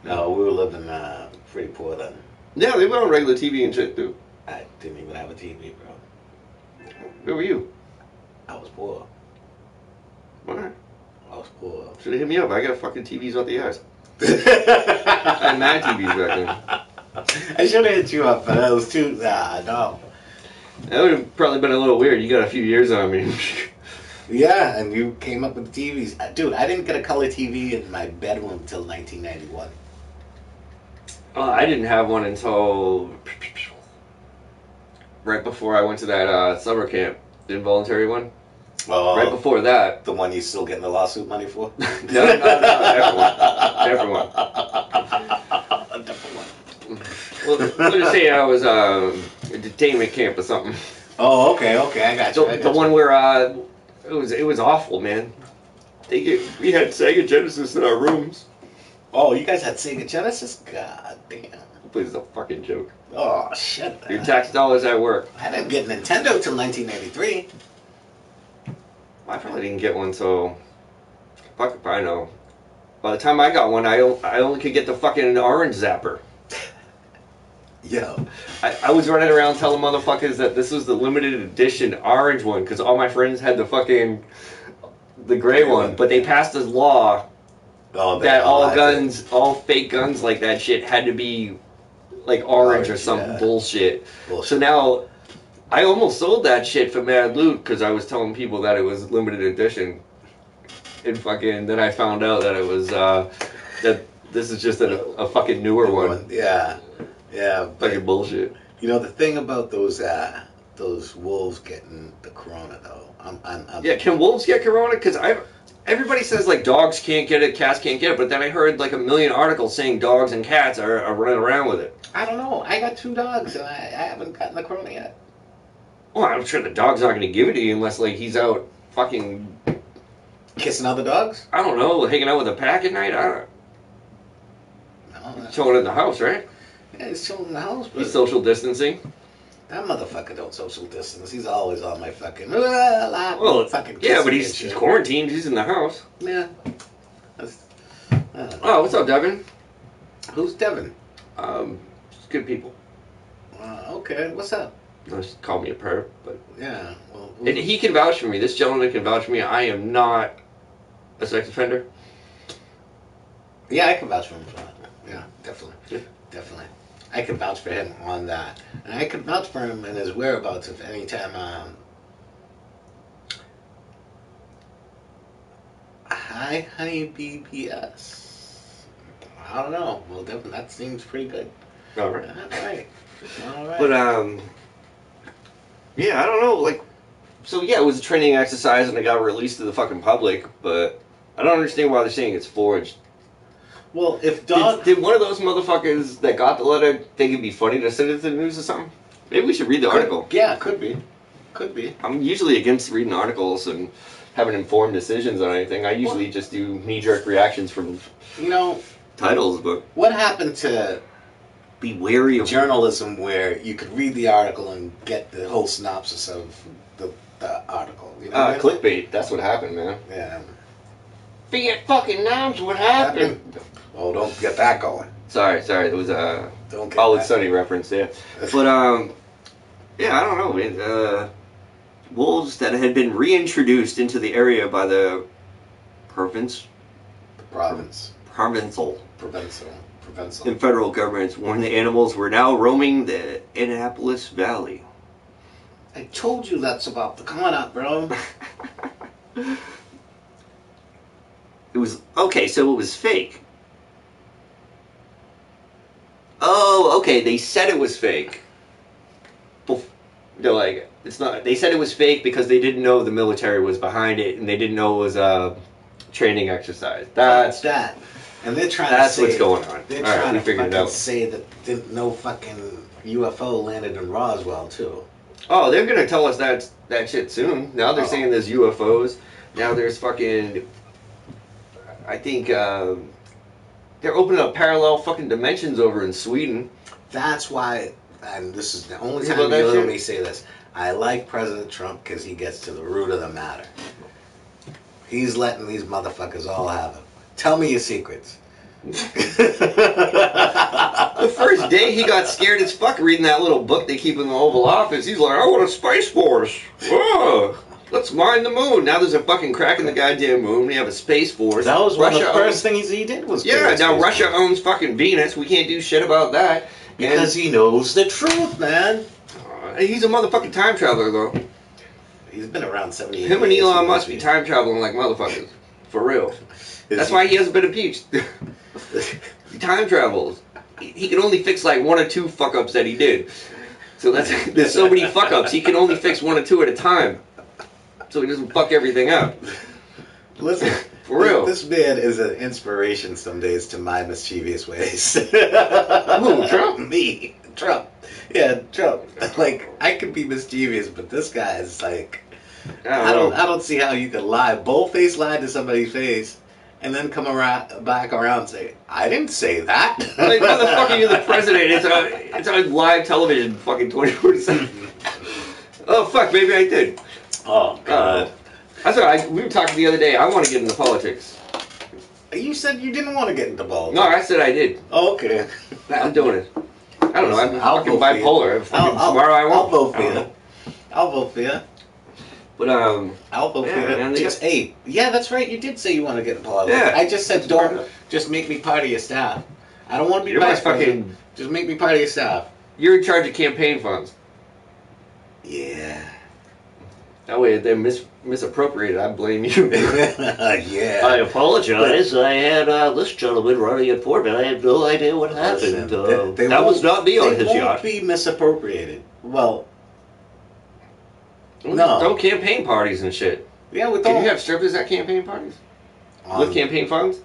No, we were living uh, pretty poor then. Yeah, they went on regular TV and shit, dude. I didn't even have a TV, bro. Who were you? I was poor. Alright, I was poor. should have hit me up. I got fucking TVs out the ass. I had mad TVs back then. I should have hit you up, but I was too. Nah, no. That would have probably been a little weird. You got a few years on me. Yeah, and you came up with TVs, Uh, dude. I didn't get a color TV in my bedroom until 1991. Uh, I didn't have one until right before I went to that uh, summer camp, the involuntary one. Oh, Right before that, the one you still getting the lawsuit money for? no, no, no, no, different one. one. different one. well, let's just say I was um, a detainment camp or something. Oh, okay, okay, I got you. The, I got the you. one where uh, it was it was awful, man. They get, we had Sega Genesis in our rooms. Oh, you guys had Sega Genesis? God damn. Please, a fucking joke. Oh, shit. Your tax dollars at work. I didn't get Nintendo till 1993. I probably didn't get one, so fuck if I know. By the time I got one, I, o- I only could get the fucking orange zapper. Yo. I, I was running around telling motherfuckers that this was the limited edition orange one because all my friends had the fucking the gray one, but they passed a law Oh, that all I- guns, all fake guns like that shit had to be like orange or Orange, some yeah. bullshit. So Bullshit. now I almost sold that shit for mad loot because I was telling people that it was limited edition, and fucking then I found out that it was uh, that this is just a, a fucking newer one. Yeah. Yeah. But, Fucking bullshit. you know, the thing about those, uh, those wolves getting the corona, though. I'm, I'm, I'm Yeah, can wolves get corona? Because I, everybody says like dogs can't get it, cats can't get it, but then I heard like a million articles saying dogs and cats are, are running around with it. I don't know. I got two dogs and I, I haven't gotten the corona yet. Well, I'm sure the dog's not going to give it to you unless like he's out fucking Kissing other dogs? I don't know, hanging out with a pack at night. I No. don't, chilling in the house, right? Yeah, he's chilling in the house, but He's social distancing. that motherfucker don't social distance. He's always on my fucking. Well, I'm Well, fucking yeah, kissing but and he's, shit." he's quarantined. He's in the house. Yeah. That's, I don't know. Oh, what's up, Devin? Who's Devin? Um, just good people. Uh, okay, what's up? No, Just call me a perv, but Yeah. Well, who- and he can vouch for me. This gentleman can vouch for me. I am not a sex offender. yeah, I can vouch for him. For that. Yeah, definitely, Yeah. definitely. I can vouch for him on that, and I can vouch for him and his whereabouts if any time. Um, hi, honey, BBS. I don't know. Well, Devin, that seems pretty good. All All right. right. All right. But um, yeah, I don't know. Like, so yeah, it was a training exercise, and it got released to the fucking public. But I don't understand why they're saying it's forged. well, if dog. Did, did one of those motherfuckers that got the letter think it'd be funny to send it to the news or something? Maybe we should read the article. Yeah, could be. Could be. I'm usually against reading articles and having informed decisions on anything. I usually just do knee jerk reactions from You know, titles, but what happened to be wary of journalism where you could read the article and get the whole synopsis of the, the article. You know Uh, what I mean? clickbait. That's what happened, man. Yeah. Fiat fucking noms. What happened? Oh, don't get that going. Sorry, sorry. It was a Don't get college that. study reference there. But um, yeah, I don't know. man. uh, wolves that had been reintroduced into the area by the province, Province. provincial, Provenza. Provenza. and federal governments warned the animals were now roaming the Annapolis Valley. I told you that's about to come up, bro. Uh, It was okay, so it was fake. Oh, okay. They said it was fake. Bef- They're like, it's not. They said it was fake because they didn't know the military was behind it, and they didn't know it was a training exercise. That's That's that. And they're trying that's to say what's going on. All They're right, trying we to figured it fucking out. say that th- no fucking UFO landed in Roswell too. Oh, they're gonna tell us that that shit soon. Now they're Oh. saying there's UFOs. Now there's fucking. I think um, they're opening up parallel fucking dimensions over in Sweden. That's why, and this is the only Is time it about you that hear shit? me say this. I like President Trump because he gets to the root of the matter. He's letting these motherfuckers all have it. Tell me your secrets. The first day he got scared as fuck reading that little book they keep in the Oval Office. He's like, I want a space force. Whoa. Let's mine the moon. Now there's a fucking crack in the goddamn moon. We have a space force. That was one of the Russia first things he did was Owns, yeah, Paris now Space Russia Force. owns fucking Venus. We can't do shit about that. And because he knows the truth, man. uh, he's a motherfucking time traveler, though. He's been around seventy. Him and Elon Musk be time traveling like motherfuckers. For real. That's why he hasn't been impeached. he time travels. He, he can only fix like one or two fuck ups that he did. So that's there's so many fuck ups. He can only fix one or two at a time. So he doesn't fuck everything up. Listen, For real. This, this man is an inspiration some days to my mischievous ways. Who, Trump? Me, Trump. Yeah, Trump. Like I could be mischievous, but this guy is like I don't. I don't see how you could lie, boldface lie to somebody's face, and then come around back around and say I didn't say that. Like motherfucker, you're the president. It's on it's on live television, fucking twenty four seven. Oh fuck, maybe I did. Oh God. That's all right. We were talking the other day. I want to get into politics. you said you didn't want to get into balls. Oh. No, I said I did. Okay. I'm doing it. I don't know. I'm I'll fucking vote for you. bipolar. If I'll, I'll, tomorrow I won't. I'll vote for I don't you. know. I'll vote for you. But um, Alpha Yeah, yeah, man, they just eight. Yeah, that's right. You did say you want to get in politics. Yeah. I just said It's don't. perfect. Just make me part of your staff. I don't want to be You're my vice president. fucking. Just make me part of your staff. You're in charge of campaign funds. Yeah. That way, if they're mis- misappropriated. I blame you. yeah. apologize. I had uh, this gentleman running it for me. I have no idea what Listen, happened. they- Uh, they that was won't- not me on they his won't yacht. be misappropriated. Well, No. Throw campaign parties and shit. yeah, with Can you all have strippers at campaign parties um, with campaign funds?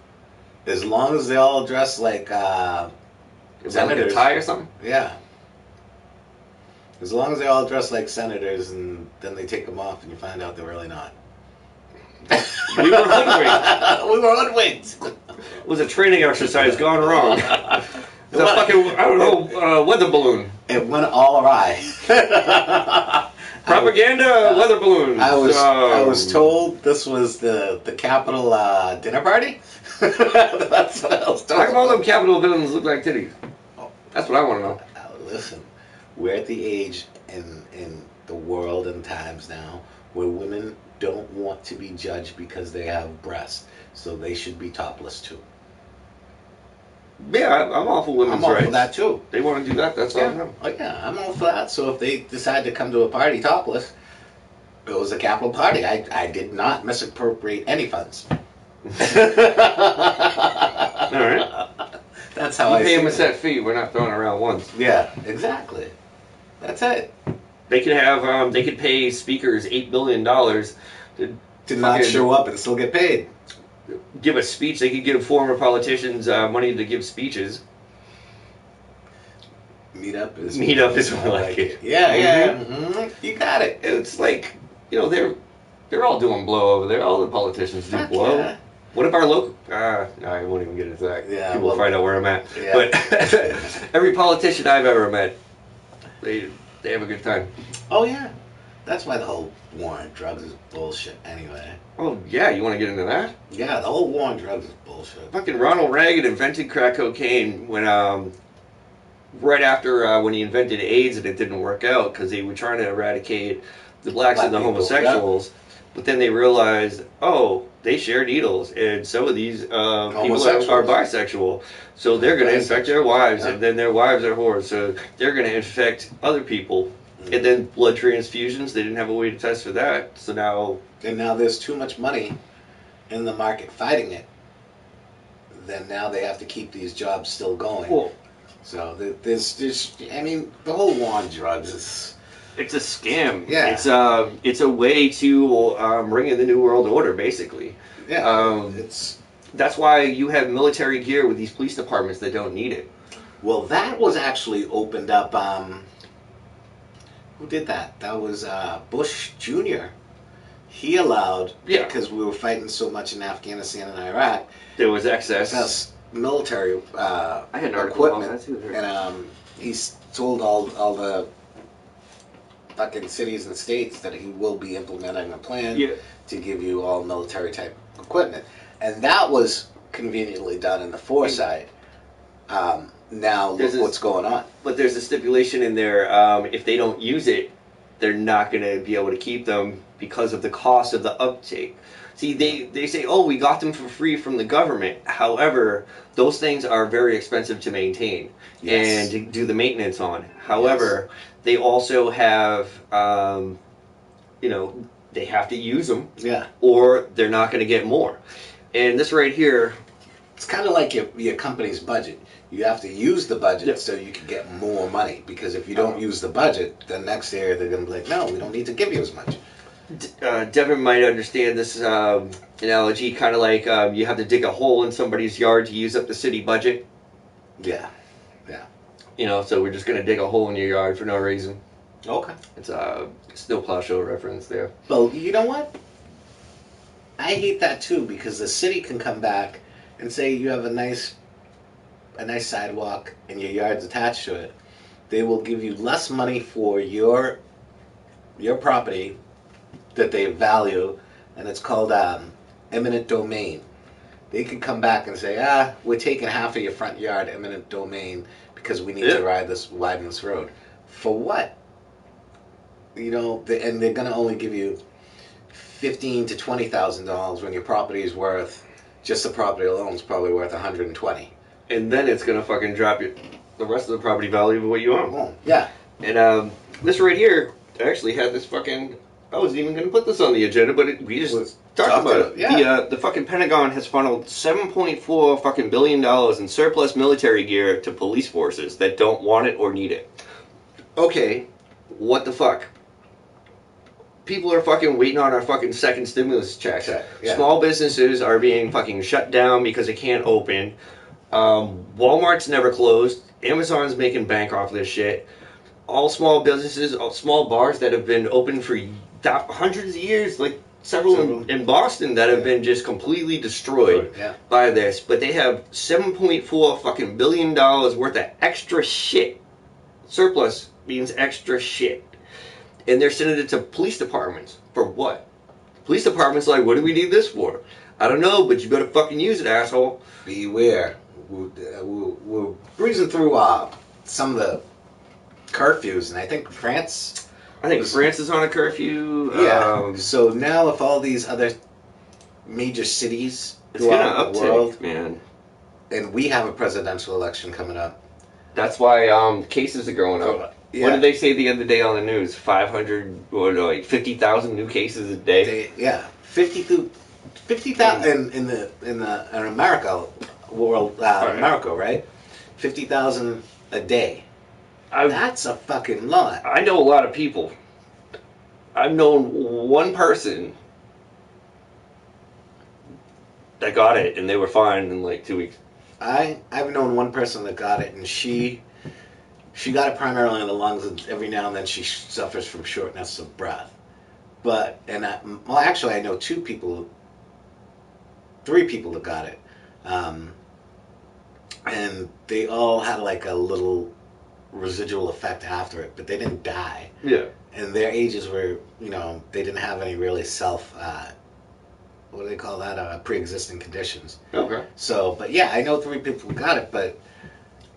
as long as they all dress like uh, Is that like a Senators. tie or something? yeah. As long as they all dress like senators, and then they take them off, and you find out they're really not. We were hoodwinked. we were hoodwinked. It was a training exercise gone wrong. It was a What? fucking I don't know uh, weather balloon It went all awry. propaganda weather balloon. I was I was told this was the the Capitol uh, dinner party. That's what I was told. How come all them Capitol villains look like titties? Oh. That's what I want to know. Uh, listen, we're at the age in in the world and times now where women don't want to be judged because they have breasts, so they should be topless too. Yeah, I- I'm all for women's I'm all rights. for that too. They want to do that. That's all. I know. Oh yeah, I'm all for that. So if they decide to come to a party topless, it was a capital party. I, I did not misappropriate any funds. That's All right. how You I pay see them a it. set fee. We're not throwing around once. Yeah, exactly. That's it. They could have. Um, they could pay speakers eight billion dollars. To not Fucking- show up and still get paid. Give a speech. They could give former politicians uh, money to give speeches. Meet up is Meet up is more like it. Mm-hmm. Yeah, yeah. mhm, You got it. It's like you know they're they're all doing blow over there. All the politicians do Fuck blow. yeah. One of our local. Uh, no, I won't even get into that. Yeah, People will well- find out where I'm at. Yeah. But every politician I've ever met, they they have a good time. Oh yeah, that's why the whole war on drugs is bullshit. Anyway, Oh yeah, you want to get into that? yeah, the whole war on drugs is bullshit. Fucking Ronald Reagan invented crack cocaine when um right after uh, when he invented AIDS and it didn't work out because they were trying to eradicate the blacks Black and the people, homosexuals. But then they realized, oh, they share needles, and some of these uh, people are, are Homosexuals. bisexual, so they're going to infect their wives, Yeah. and then their wives are whores, so they're going to infect other people. And then blood transfusions, they didn't have a way to test for that, so now And now there's too much money in the market fighting it. Then now they have to keep these jobs still going. well, So th- there's, there's, I mean, the whole war on drugs is. It's a scam. Yeah. It's a it's a way to um, bring in the new world order. Basically, Yeah, Um, it's that's why you have military gear with these police departments that don't need it. well, that was actually opened up. Um, who did that? That was uh, Bush Jr. He allowed Yeah. because we were fighting so much in Afghanistan and Iraq. There was excess. That's military uh, I had an article equipment, about that too. and um, he's told all all the fucking cities and states that he will be implementing a plan Yeah. to give you all military type equipment, and that was conveniently done in the foresight. Um, now look This is- what's going on. But there's a stipulation in there: um, if they don't use it, they're not going to be able to keep them because of the cost of the uptake. See, they, they say, oh, we got them for free from the government. However, those things are very expensive to maintain Yes. and to do the maintenance on. However, they also have, um, you know, they have to use them Yeah, or they're not going to get more. And this right here, it's kind of like your your company's budget. You have to use the budget Yeah. so you can get more money. Because if you don't use the budget, the next year they're gonna be like, "No, we don't need to give you as much." D- uh, Devin might understand this um, analogy, kind of like um, you have to dig a hole in somebody's yard to use up the city budget. Yeah. You know, so we're just going to dig a hole in your yard for no reason. Okay. It's a snowplow show reference there. Well, you know what? I hate that too because the city can come back and say you have a nice, a nice sidewalk and your yard's attached to it. They will give you less money for your, your property, that they value, and it's called um, eminent domain. They can come back and say, ah, we're taking half of your front yard eminent domain because we need Yeah. to ride this widen this road. For what? You know, they, and they're gonna only give you fifteen to twenty thousand dollars when your property is worth just the property alone is probably worth one hundred and twenty. And then it's going to fucking drop you the rest of the property value of what you own. Yeah, And um, this right here, I actually had this fucking. I wasn't even going to put this on the agenda, but it, we just Was- talked talked about about it. it, yeah. The, uh, the fucking Pentagon has funneled 7.4 fucking billion dollars in surplus military gear to police forces that don't want it or need it. Okay, what the fuck? People are fucking waiting on our fucking second stimulus check. Check, yeah. Small businesses are being fucking shut down because they can't open. Um, Walmart's never closed. Amazon's making bank off this shit. All small businesses, all small bars that have been open for y- thou- hundreds of years, like several Several. in, in Boston that have Yeah. been just completely destroyed yeah. by this. But they have seven point four fucking billion dollars worth of extra shit. Surplus means extra shit, and they're sending it to police departments for what? Police departments like, what do we need this for? I don't know, but you better fucking use it, asshole. beware. We're, uh, we're, we're breezing through uh, some of the curfews, and I think France. I think Was- France is on a curfew. Um, so now, if all these other major cities it's gonna throughout the world, uptick, man. and we have a presidential election coming up. That's why um, cases are growing up. yeah, What did they say the other day on the news? Five hundred or like fifty thousand new cases a day. they- yeah, fifty through fifty Mm. thousand in, in the in the in America, world uh, Alright. America, right? Fifty thousand a day. I That's a fucking lot. I know a lot of people. I've known one person that got it, and they were fine in like two weeks. I I've known one person that got it, and she she got it primarily in the lungs, and every now and then she suffers from shortness of breath. But and I, well, actually, I know two people three people that got it, um, and they all had like a little residual effect after it, but they didn't die Yeah. and their ages were you know they didn't have any really self uh, what do they call that uh, pre-existing conditions Okay. so but yeah i know three people who got it but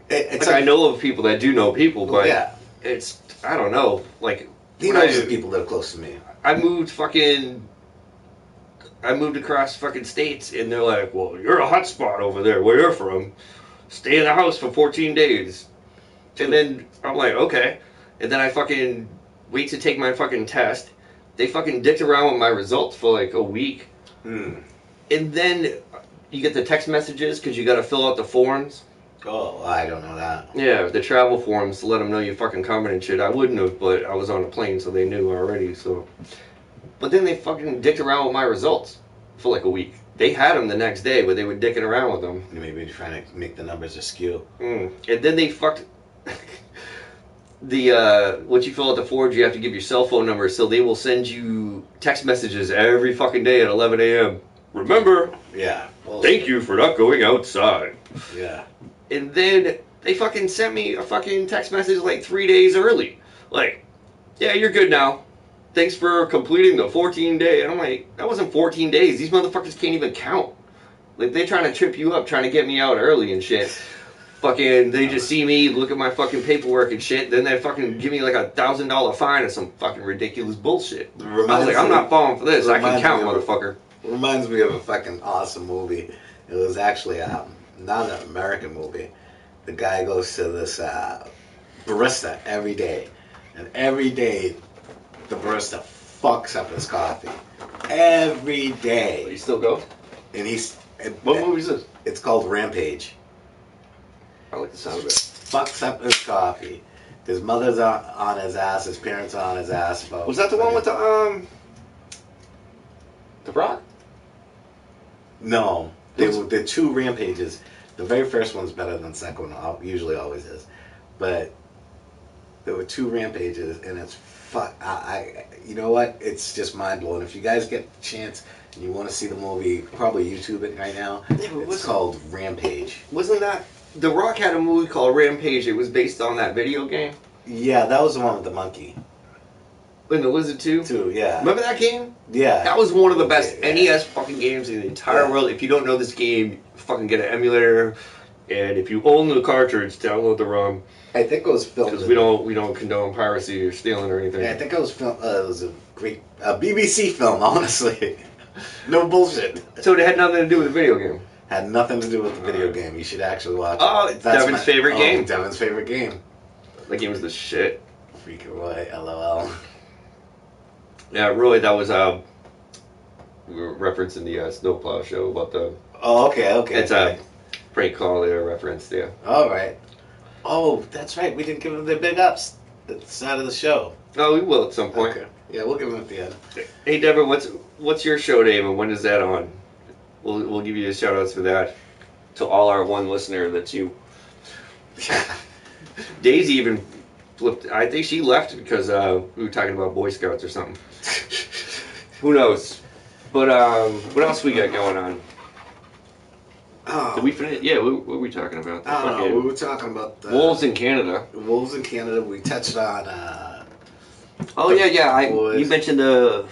it, it's Like I know of people that do know people, but yeah it's I don't know. Like he when I- knows the people that are close to me I moved fucking. I moved across fucking states, and they're like, "Well, you're a hot spot over there where you're from. Stay in the house for 14 days." And then I'm like, "Okay," and then I fucking wait to take my fucking test. They fucking dicked around with my results for like a week, Hmm. and then you get the text messages because you got to fill out the forms. oh i don't know that Yeah, the travel forms to let them know you're fucking coming and shit. I wouldn't have, but I was on a plane, so they knew already. So, but then they fucking dicked around with my results for like a week. They had them the next day, but they were dicking around with them. maybe you're trying to make the numbers askew Mm. And then they fucked the uh, once you fill out the forms, you have to give your cell phone number, so they will send you text messages every fucking day at 11 a.m. Remember, yeah well, thank you for not going outside. yeah and then they fucking sent me a fucking text message like three days early. Like, yeah, you're good now. Thanks for completing the 14 day. And I'm like, that wasn't 14 days. These motherfuckers can't even count. Like, they're trying to trip you up, trying to get me out early and shit. Fucking, they just see me, look at my fucking paperwork and shit. Then they fucking give me like a thousand dollar fine or some fucking ridiculous bullshit. I was like, I'm not falling for this. I can Reminds count, me of- motherfucker. Reminds me of a fucking awesome movie. It was actually um, not an American movie. The guy goes to this uh, barista every day, and every day the barista fucks up his coffee. Every day, still go? and he's and- is this? It's called Rampage. I like the sound of it. Fucks up his coffee. His mother's on, on his ass. His parents are on his ass. about- Was that the one with the um, the Rock? No, they were the two rampages. The very first one's better than the second one. al- Usually, always is. But there were two rampages, and it's fuck. I, I, you know what? It's just mind blowing. If you guys get the chance and you want to see the movie, probably YouTube it right now. but It's what's- called Rampage. Wasn't that The Rock had a movie called Rampage? It was based on that video game Yeah, that was the one with the monkey in the Lizard Two. too. Yeah, Remember that game? yeah. That was one of the best Yeah. NES fucking games in the entire Yeah. world. If you don't know this game, fucking get an emulator. And if you own the cartridge, download the ROM I think it was filmed. because in- we don't we don't condone piracy or stealing or anything. Yeah, I think it was film. Uh, it was a great uh, BBC film. Honestly, no bullshit. So it had nothing to do with the video game. Had nothing to do with the video game. You should actually watch. Oh, it's Devin's favorite oh, game. Devin's favorite game. That game was the shit. Freak Roy, lol. Yeah, really, that was um, we were referencing the uh, Snowplow show about the Oh, okay, okay. It's a prank call there reference there. All right. Oh, that's right. We didn't give him the big ups at the start of the show. Oh, we will at some point. Okay. Yeah, we'll give him at the end. Hey, Deborah, what's what's your show name and when is that on? We'll we'll give you the shout outs for that to all our one listener. That's you. Daisy even flipped. I think she left because uh, we were talking about Boy Scouts or something. Who knows? But um, what else we got going on? oh, Did we finish? Yeah, what, what were we talking about? The I don't know. fucking We were talking about the wolves in Canada. Wolves in Canada. We touched on uh, Oh The yeah, yeah. I, you boys. mentioned uh, the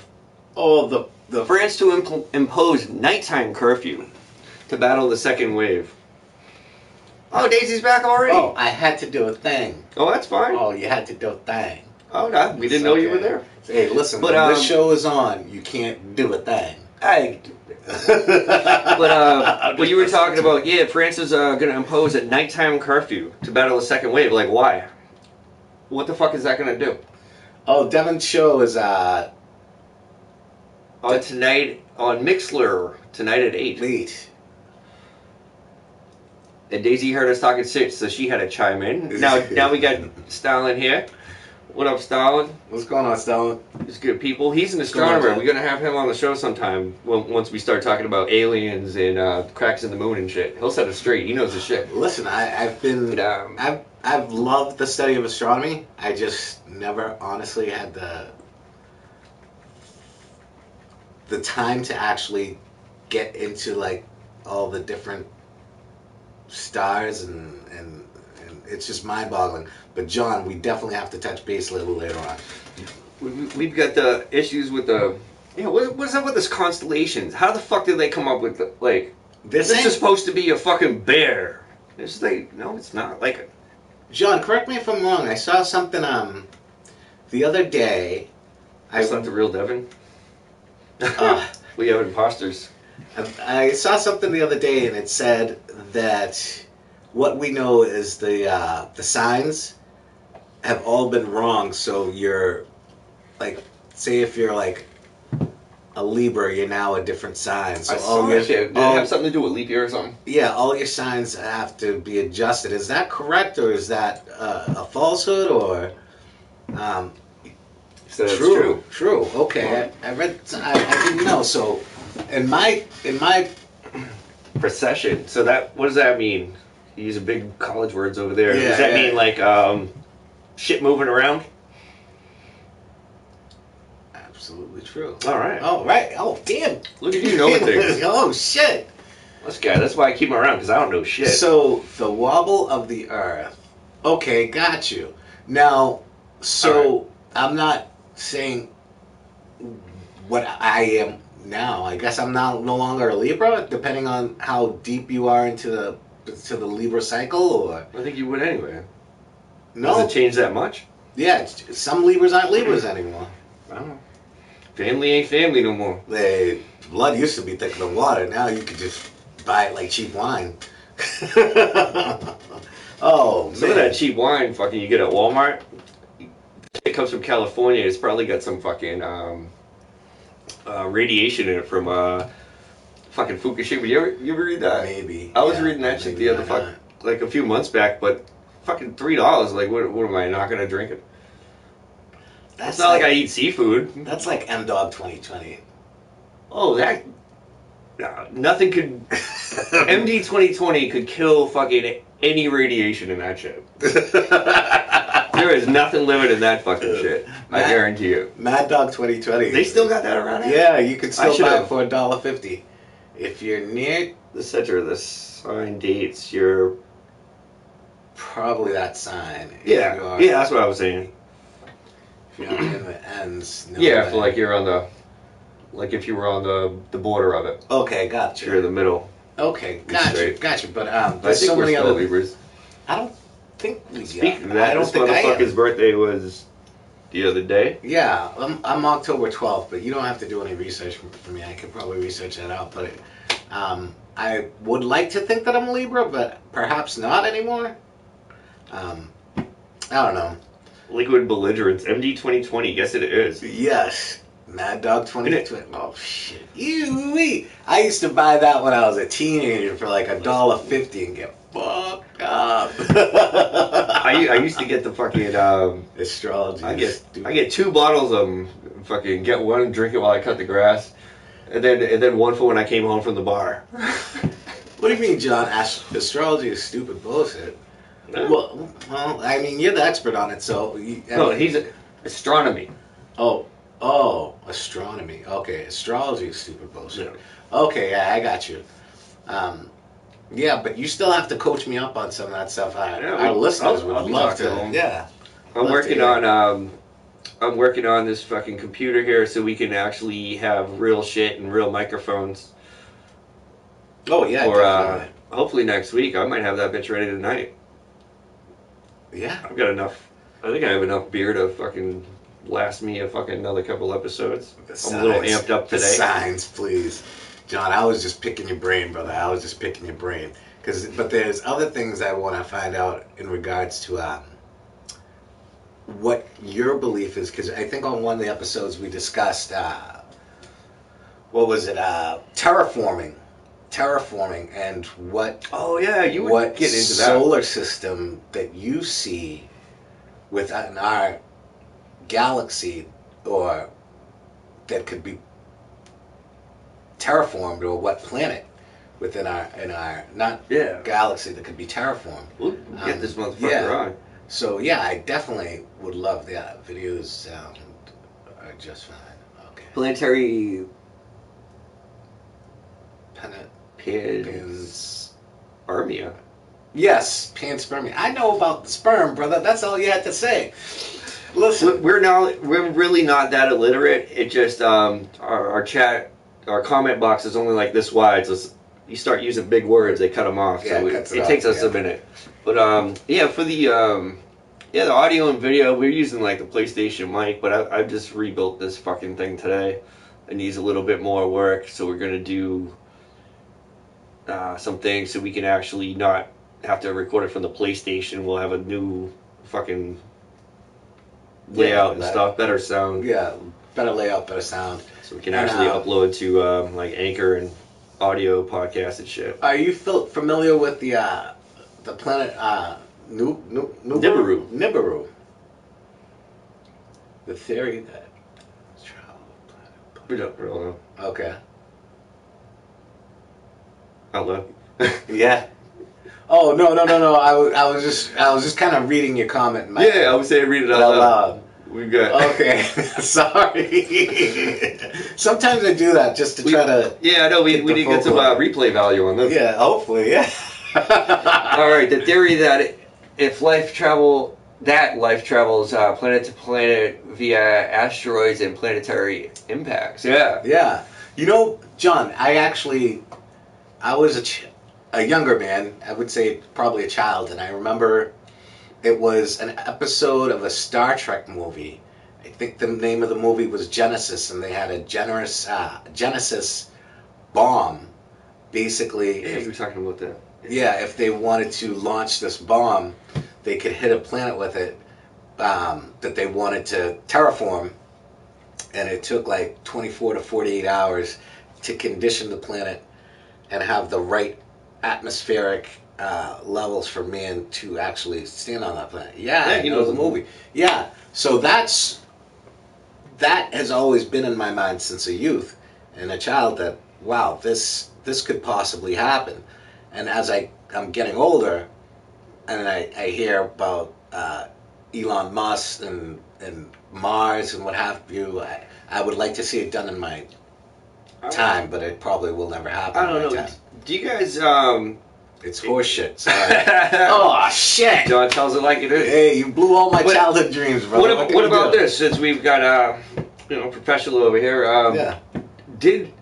oh the the France to impl- impose nighttime curfew to battle the second wave. Oh, Daisy's back already. oh Oh, I had to do a thing. that's fine. Oh, Oh, you had to do a thing. no, we didn't know you were Okay. there. Hey, listen. But, when um, this show is on, you can't do a thing. Hey, but but uh, what you were talking about, yeah, France is uh, going to impose a nighttime curfew to battle the second wave. Like, why? What the fuck is that going to do? Oh, Devin's show is uh Uh, tonight on Mixler tonight at eight. late. And Daisy heard us talk at six, so she had to chime in. Now, now we got Stalin here. What up, Stalin? What's going on, Stone? He's good people. He's an Go astronomer. on, Ted. We're gonna have him on the show sometime. When, once we start talking about aliens and uh, cracks in the moon and shit, he'll set us straight. He knows his shit. Listen, I, I've But, been um, I've I've loved the study of astronomy. I just never honestly had the the time to actually get into like all the different stars and and, and it's just mind boggling. But John, we definitely have to touch base a little later on. We- we- We've got the issues with the. Yeah, what, what's up with this constellations? How the fuck did they come up with the, like This this is ain't, supposed to be a fucking bear? It's like no, it's not. Like John, correct me if I'm wrong. I saw something um the other day. I I not the real Devin. uh, we have imposters. I I saw something the other day, and it said that what we know is the uh, the signs have all been wrong. So you're like, say if you're like a Libra, you're now a different sign. So I all saw your that shit. Did all- it have something to do with leap year or something? yeah, all your signs have to be adjusted. Is that correct, or is that uh, a falsehood, or? Um, So that's true. True. Okay, I, I read. I, I didn't know. So, in my in my Procession. So that what does that mean? You use big college words over there. Yeah, does that yeah. mean like um, shit moving around? Absolutely true. All right. Oh right. Oh damn. Look at you knowing things. oh shit. This guy. That's why I keep him around because I don't know shit. So the wobble of the earth. Okay, got you. Now, so I'm not saying what I am now. I guess I'm not no longer a Libra, depending on how deep you are into the to the Libra cycle, or I think you would anyway. no. Does it change that much? yeah, it's- some Libras aren't Libras anymore. I don't know. Family ain't family no more. They blood used to be thicker than water. Now you could just buy it like cheap wine. oh Some of man, that cheap wine fucking you get at Walmart. It comes from California. It's probably got some fucking um, uh, radiation in it from uh, fucking Fukushima. You ever, you ever read that? maybe. I was Yeah, reading that shit maybe the other not. fuck like a few months back, but fucking three dollars. Like, what, what am I not gonna drink it? That's It's not like I eat seafood. That's like M Dog 2020. Oh, that no, nothing could. MD 2020 could kill fucking any radiation in that shit. There is nothing living in that fucking shit. I Matt- guarantee you. Mad Dog 2020. They still got that around here? Yeah, you could still buy should've- it for a dollar fifty. If you're near, The center of the sign dates your. probably that sign. If you Yeah. are, Yeah, that's what I was saying. If you're in the ends. No yeah, way. if, like you're on the. Like if you were on the, the border of it. okay, got You're in you. the middle. Okay, It's got you, straight. got you. But um, I there's think so we're many still other. Libras. I don't think we. Speaking yeah, of that, I don't this think I am. motherfucker's birthday was the other day. Yeah, I'm, I'm October 12th, but you don't have to do any research for for me. I could probably research that out, but um, I would like to think that I'm a Libra, but perhaps not anymore. Um, I don't know. Liquid belligerence. MD 2020. Yes, it is. Yes, Mad Dog 20. Minute. Oh shit! Ew-wee. I used to buy that when I was a teenager for like a dollar fifty and get fucked up. I, I used to get the fucking. Um, Astrology. I is get stupid. I get two bottles of 'em, Fucking get one, drink it while I cut the grass, and then and then one for when I came home from the bar. What do you mean, John? Ast- astrology is stupid bullshit. Well, well, I mean, you're the expert on it, so. You, I No, mean- Oh, he's astronomy. Oh, oh, astronomy. Okay, astrology is stupid bullshit. Okay, yeah, I got you. Um, yeah, but you still have to coach me up on some of that stuff. I, Yeah, our we- listeners I'll- would I'll be love talking to to. them. Yeah. I'm Love working to on hear. um, I'm working on this fucking computer here so we can actually have real shit and real microphones. Oh yeah. or uh, definitely. hopefully next week I might have that bitch ready tonight. yeah. I've got enough. I think I have enough beer to fucking last me a fucking another couple episodes. The I'm a little signs. amped up The today. signs, please, John. I was just picking your brain, brother. I was just picking your brain. Cause, but there's other things I want to find out in regards to um, what your belief is. Because I think on one of the episodes we discussed uh, what was it? Uh, terraforming, terraforming, and what Oh yeah, you would what get into that. solar system that you see within our galaxy or that could be terraformed or what planet within our in our not yeah, galaxy that could be terraformed We'll get Um, this motherfucker yeah. on. so yeah i definitely would love that videos sound are just fine okay Planetary Planet- panspermia. Pans. Yes, panspermia. I know about the sperm, brother. That's all you had to say. We- Listen, We're not. We're really not that illiterate. It just um, our, our chat, our comment box is only like this wide. So it's- you start using big words, they cut them off. Yeah, so it it, cuts it it off, takes us a yeah. minute. But um, yeah, for the um, yeah, the audio and video, we're using like the PlayStation mic. But I, I've just rebuilt this fucking thing today. It needs a little bit more work, so we're gonna do uh, some things so we can actually not have to record it from the PlayStation. We'll have a new fucking layout and that- stuff, better sound, yeah, better layout, better sound. so we can actually Yeah. upload to um, like Anchor and audio podcasts and shit. Are you fil- familiar with the uh, the planet uh, Nu- Nu- Nu- Nibiru. Nibiru. The theory that. We don't really know. Okay. Hello. Yeah. Oh no no no no! I was I was just I was just kind of reading your comment. in my- yeah, I would say read it out out loud. loud. We got. Okay, sorry. Sometimes I do that just to We- try to. Yeah, I know. We, Get we the did get some uh, focal. replay value on this. Yeah, hopefully, yeah. All right, the theory that it, if life travel that life travels uh, planet to planet via asteroids and planetary impacts. Yeah. Yeah, you know, John, I actually, I was a, ch- a younger man. I would say probably a child, and I remember it was an episode of a Star Trek movie. I think the name of the movie was Genesis, and they had a generous uh, Genesis bomb. Basically, Yeah, if you were talking about that. Yeah, if they wanted to launch this bomb, they could hit a planet with it um, that they wanted to terraform, and it took like 24 to 48 hours to condition the planet and have the right atmospheric uh, levels for man to actually stand on that planet. Yeah, Yeah, I you know know the the movie. Yeah, so that's that has always been in my mind since a youth and a child that wow this this could possibly happen and as I, I'm getting older, and I, I hear about uh, Elon Musk and, and Mars and what have you, I, I would like to see it done in my time, but it probably will never happen. I in my don't know. time. Do you guys? Um, It's horseshit. Sorry. oh, oh shit! John tells it like it is. Hey, you blew all my What- childhood dreams, brother. What, ab- can what you about do? this? Since we've got a uh, you know professional over here, um, Yeah. did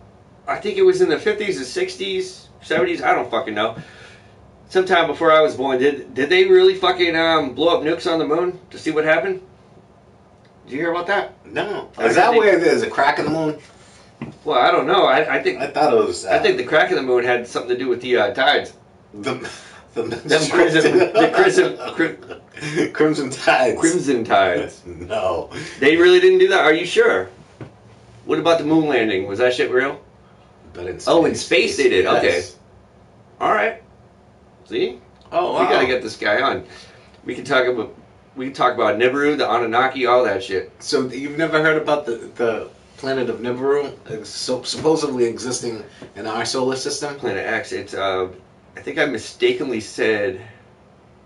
I think it was in the fifties and sixties, seventies? I don't fucking know. Sometime before I was born, did did they really fucking um, blow up nukes on the moon to see what happened? Did you hear about that? No. I Is that think- where there's a crack in the moon? Well, I don't know. I, I think I thought it was. Uh, I think the crack of the moon had something to do with the uh, tides. the the, Them crimson, the crimson, crim, crimson tides. crimson tides. No. They really didn't do that. Are you sure? What about the moon landing? Was that shit real? But in space. Oh, in space they did, okay. All right. See, Oh, We gotta get this guy on. We can talk about we can talk about Nibiru, the Anunnaki, all that shit. So you've never heard about the the planet of Nibiru, uh, so supposedly existing in our solar system? Planet X. It's uh, I think I mistakenly said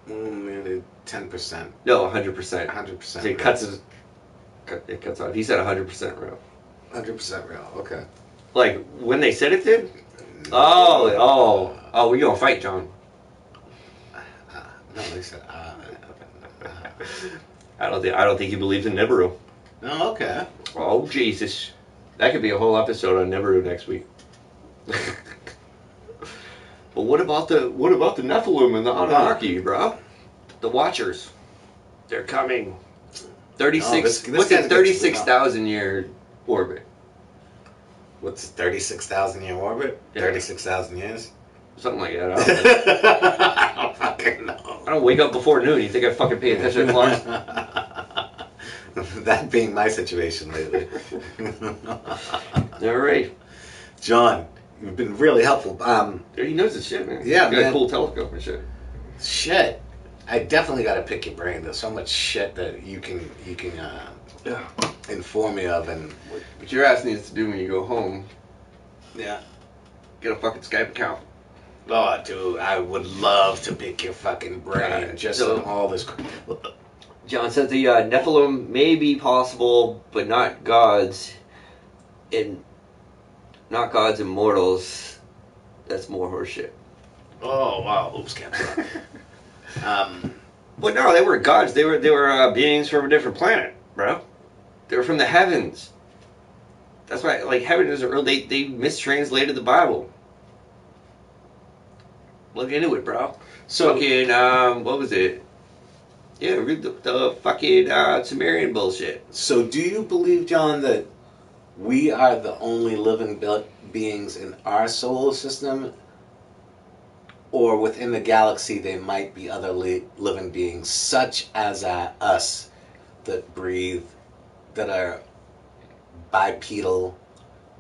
Mm, ten percent, no, 100. percent hundred percent. It cuts his, cut- it cuts off. He said 100 percent real. Hundred percent real. Okay. Like when they said it did. Oh, oh, oh. We gonna fight, John. Uh, no, they said. Uh, uh, uh. I don't think I don't think he believes in Nibiru. no, okay. Oh Jesus, that could be a whole episode on Nibiru next week. but what about the what about the Nephilim and the Anunnaki, bro? The Watchers, they're coming. Thirty six. No, this- this what's that? guy's Thirty six thousand year orbit. What's thirty six thousand year orbit? Yeah. Thirty six thousand years. Something like that. I don't, know. I don't fucking know. I don't wake up before noon. You think I fucking pay attention to clocks? that being my situation lately. All right. John, you've been really helpful. Um, Dude, He knows his shit, man. Yeah, He's got man. a cool telescope and shit. shit, I definitely got to pick your brain. There's so much shit that you can you can uh, Yeah. inform me of, and What your ass needs to do when you go home, yeah. get a fucking Skype account. Oh, dude, I would love to pick your fucking brain Right. just So- on all this. cr- John says the uh, Nephilim may be possible, but not gods, and not gods and mortals. That's more horseshit. Oh wow! Oops, caps lock. Um, But no, they were gods. They were they were uh, beings from a different planet, bro. They were from the heavens. That's why, like, heaven isn't real. They they mistranslated the Bible. Look into it, bro. So fucking um, what was it? Yeah, read the, the fucking uh, Sumerian bullshit. so, do you believe, John, that we are the only living be- beings in our solar system, or within the galaxy there might be other li- living beings such as uh, us that breathe, that are bipedal,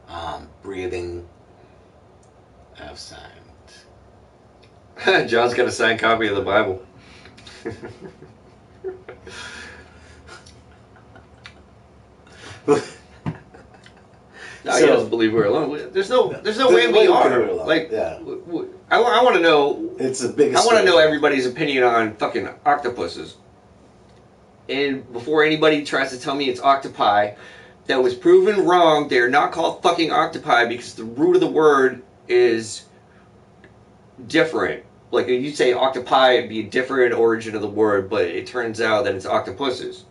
um, breathing? I've signed. John's got a signed copy of the Bible. No, So- he doesn't believe we're alone. We- There's no there's no way we We're are. alone. Like, yeah, w- w- I, want to know it's the biggest. I want to story. know everybody's opinion on fucking octopuses. And before anybody tries to tell me it's octopi, that was proven wrong. They're not called fucking octopi because the root of the word is different. Like if you say octopi, it'd be a different origin of the word, but it turns out that it's octopuses,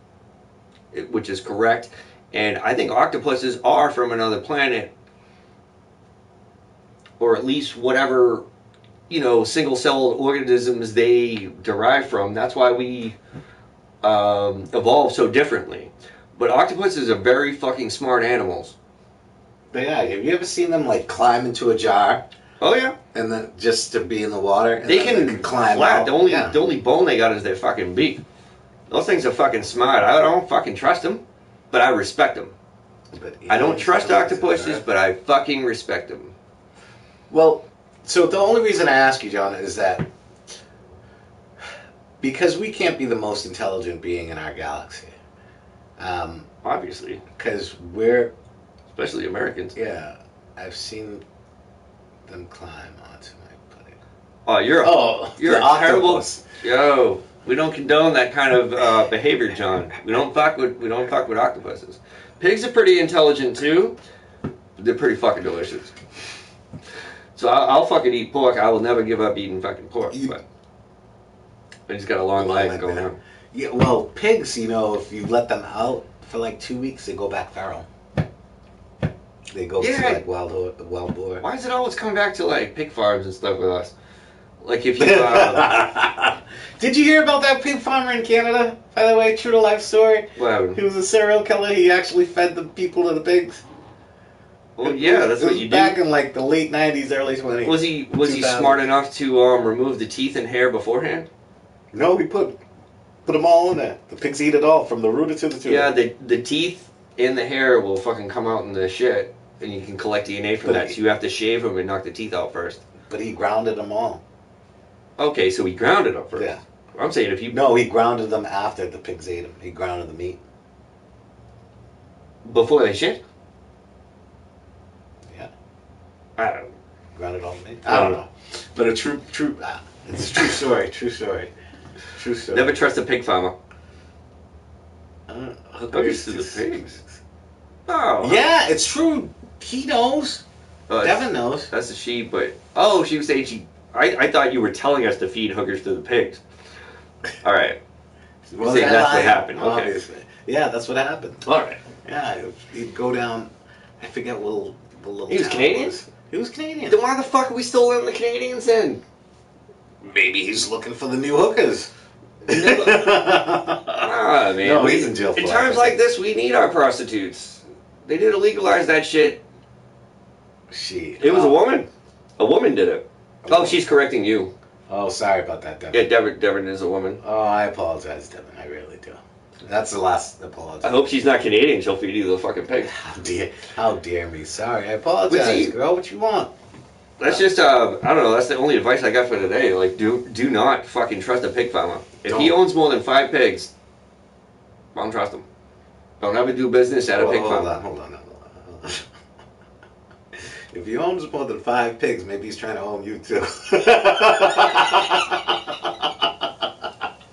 it- which is correct. And I think octopuses are from another planet, or at least whatever you know single celled organisms they derive from. That's why we um, evolve so differently. But octopuses are very fucking smart animals. But yeah, have you ever seen them like climb into a jar Oh yeah, and then just to be in the water? And they then can climb. Flat. out? The only Yeah. the only bone they got is their fucking beak. Those things are fucking smart. I don't fucking trust them, but I respect them. But I don't yeah, trust it's octopuses, amazing, but I fucking respect them. right? well, so the only reason I ask you, John, is that because we can't be the most intelligent being in our galaxy, because Obviously, we're especially Americans. yeah. I've seen them climb onto my plate. Oh, you're a Oh, You're the a terrible- octopus. Yo, we don't condone that kind of uh, behavior, John. We don't fuck with we don't fuck with octopuses. Pigs are pretty intelligent too. They're pretty fucking delicious. So I'll, I'll fucking eat pork. I will never give up eating fucking pork. You- But I just got a long Long life leg going there. on. Yeah, well, pigs, you know, if you let them out for like two weeks, they go back feral. They go Yeah. to like wild ho- wild boar. Why is it always coming back to like pig farms and stuff with us? Like if you uh, Did you hear about that pig farmer in Canada? By the way, true to life story. what happened? He was a serial killer. He actually fed the people to the pigs. Well, Oh, yeah, that's It what was you Back do. in like the late '90s, early '20s. Was he was he 2000. smart enough to um, remove the teeth and hair beforehand? no, he put put them all in there. The pigs eat it all from the rooter to the tuber. Yeah, the the teeth and the hair will fucking come out in the shit, and you can collect DNA from But that. he- So you have to shave them and knock the teeth out first. but he grounded them all. Okay, so he grounded them first. Yeah. I'm saying if you No, he grounded them after the pigs ate them. He grounded the meat. before they shit. Yeah. I don't. grounded on me. I don't know, but a true, true, uh, it's a true story, true story, true story. Never trust a pig farmer. Uh, Hookers to the pigs. Oh. Yeah, it's true. He knows. Uh, Devin knows. That's a she, but oh, she was saying she. I, I thought you were telling us to feed hookers to the pigs. All right. Well, saying yeah, that's what I- happened, okay. Obviously, yeah, that's what happened. All right. Yeah, he'd go down. I forget what little. What little He was town it Canadian? was. He was Canadian. Then why the fuck are we still letting the Canadians in? Maybe he's looking for the new hookers. No, Ah, man. No, we- he's in jail In for times that. like this, we need our prostitutes. They did illegalize that shit. she. It was a oh, woman. A woman did it. Oh, she's correcting you. Oh, sorry about that, Devin. Yeah, Devin, Devin is a woman. Oh, I apologize, Devin. I really do. That's the last apology. I hope she's not Canadian. She'll feed you the fucking pig. How dare, how dare me? Sorry, I apologize, What's he- girl. What you want? That's just, uh, I don't know. That's the only advice I got for today. Like, do do not fucking trust a pig farmer. If he Don't. owns more than five pigs, don't trust him. Don't ever do business at a Whoa, pig hold, farm. on, hold on, hold on, hold on. If he owns more than five pigs, maybe he's trying to own you too.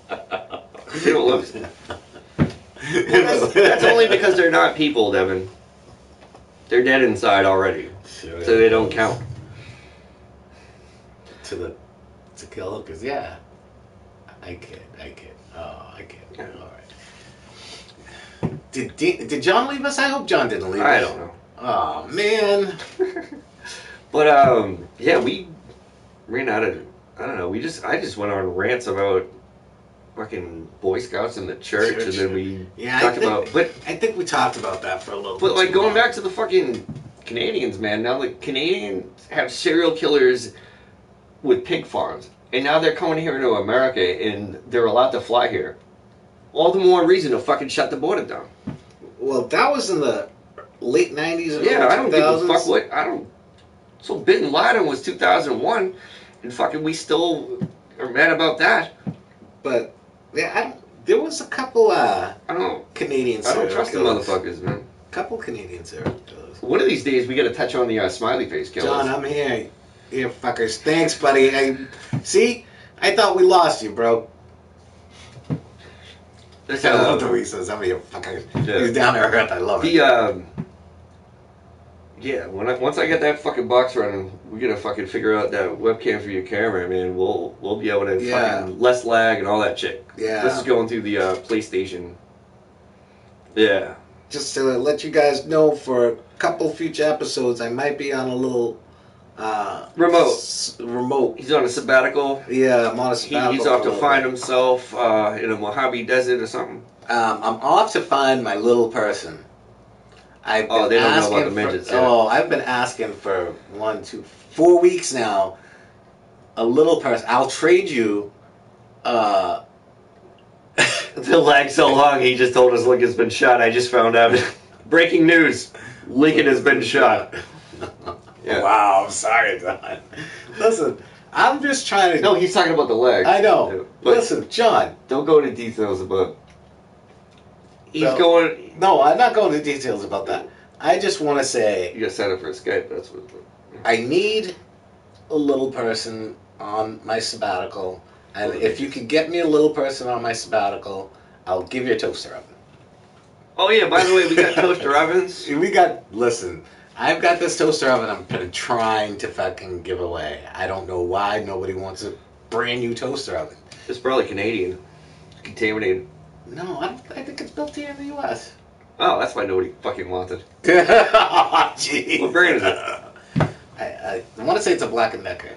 They don't look- that's, that's only because they're not people, Devin. They're dead inside already. Sure So they don't count. to the to kill hookers. Yeah, I kid, I kid. Oh, I kid. All right. Did Dean, did John leave us? I hope John didn't leave I us. don't know. Oh man. But um, yeah, we ran out of. I don't know. We just I just went on rants about fucking Boy Scouts in the church, and then we Yeah, I talked think, about. But I think we talked about that for a little. but bit like too going long. back to the fucking Canadians, man. Now the Canadians have serial killers with pig farms, and now they're coming here to America, and they're allowed to fly here. All the more reason to fucking shut the border down. Well, that was in the late nineties. Yeah, I don't give a fuck what I don't. So Bin Laden was 2001, and fucking we still are mad about that. But yeah, I don't, there was a couple uh, I don't. Canadian. I don't serial trust the killers. motherfuckers, man. Couple Canadian serial killers. One of these days we got to touch on the uh, smiley face killers. John, I'm here. Here, fuckers. Thanks, buddy. I, see, I thought we lost you, bro. There's, I love uh, the way he says, I'm here, fuckers. Yeah. He's down to earth. I love it. The um, yeah. When I, once I get that fucking box running, we gotta fucking figure out that webcam for your camera, man. We'll we'll be able to Yeah. fucking less lag and all that shit. yeah. This is going through the uh, PlayStation. Yeah. just to let you guys know for a couple future episodes, I might be on a little uh, Remote. s- remote. He's on a sabbatical. Yeah, I'm on a He, sabbatical he's for off a to little find bit. himself uh, in a Mojave desert or something. Um, I'm off to find my little person. I've been Oh, they don't know about asking the for- midgets yet. Oh, I've been asking for one, two, four weeks now. A little person. I'll trade you. Uh, The lag so long, he just told us Lincoln's been shot. I just found out. Breaking news: Lincoln has been shot. Yeah. Wow, I'm sorry, John. Listen, I'm just trying to. No, he's talking about the leg. I know. But Listen, John. don't go into details about. He's No. going. No, I'm not going into details about that. I just want to say You got set up for Skype. That's what. I need a little person on my sabbatical, and if you could get me a little person on my sabbatical, I'll give you a toaster oven. Oh yeah. By the way, we got toaster ovens. We got listen. I've got this toaster oven. I'm been trying to fucking give away. I don't know why nobody wants a brand new toaster oven. It's probably Canadian, contaminated. No, I, don't, I think it's built here in the U.S. Oh, that's why nobody fucking wanted. oh, jeez. What brand is it? I, I, I want to say it's a Black and Decker.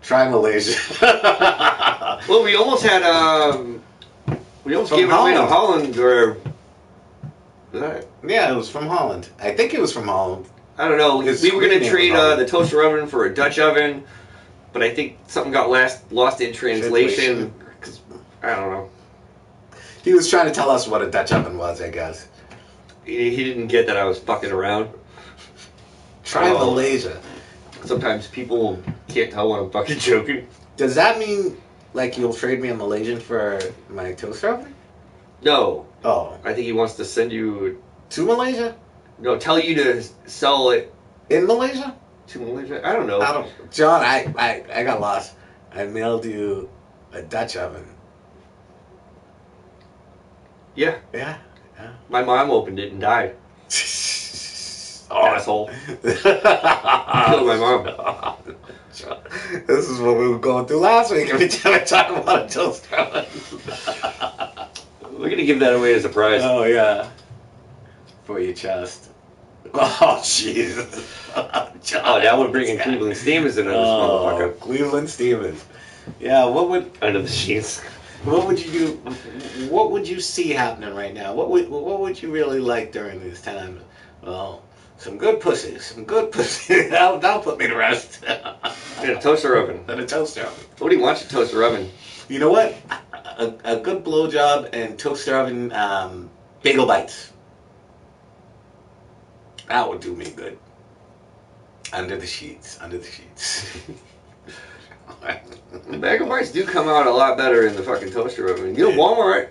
Try Malaysia. Well, we almost had um, we almost From gave it away to Holland or. Was that it? yeah, it was from Holland. I think it was from Holland. I don't know. His we were going nickname to was trade uh, Oliver. the toaster oven for a Dutch oven, but I think something got last, lost in translation. 'cause- I don't know. He was trying to tell us what a Dutch oven was, I guess. He, he didn't get that I was fucking around. Try Oh. Malaysia. Sometimes people can't tell when I'm fucking joking. Does that mean like you'll trade me a Malaysian for my toaster oven? No, Oh, I think he wants to send you. to Malaysia? No, tell you to sell it In Malaysia? to Malaysia. I don't know. I don't. John, I, I, I got lost. I mailed you a Dutch oven. Yeah, Yeah. my mom opened it and died. Oh, Asshole. Killed my mom. This is what we were going through last week every time I talk about a toaster oven. We're gonna give that away as a prize. Oh yeah. For your chest. Oh Jesus. oh, now we're bringing Cleveland Steamers into this Oh, motherfucker. Cleveland Stevens. Yeah, what would Under the sheets. what would you do? What would you see happening right now? What would what would you really like during these times? Well, some good pussy, some good pussy. that'll, that'll put me to rest. In a toaster oven. Than a toaster oven. Nobody wants a toaster oven. You know what? A, a good blowjob and toaster oven um, bagel bites. That would do me good. Under the sheets, under the sheets. Bagel bites do come out a lot better in the fucking toaster oven. You know, Yeah. Walmart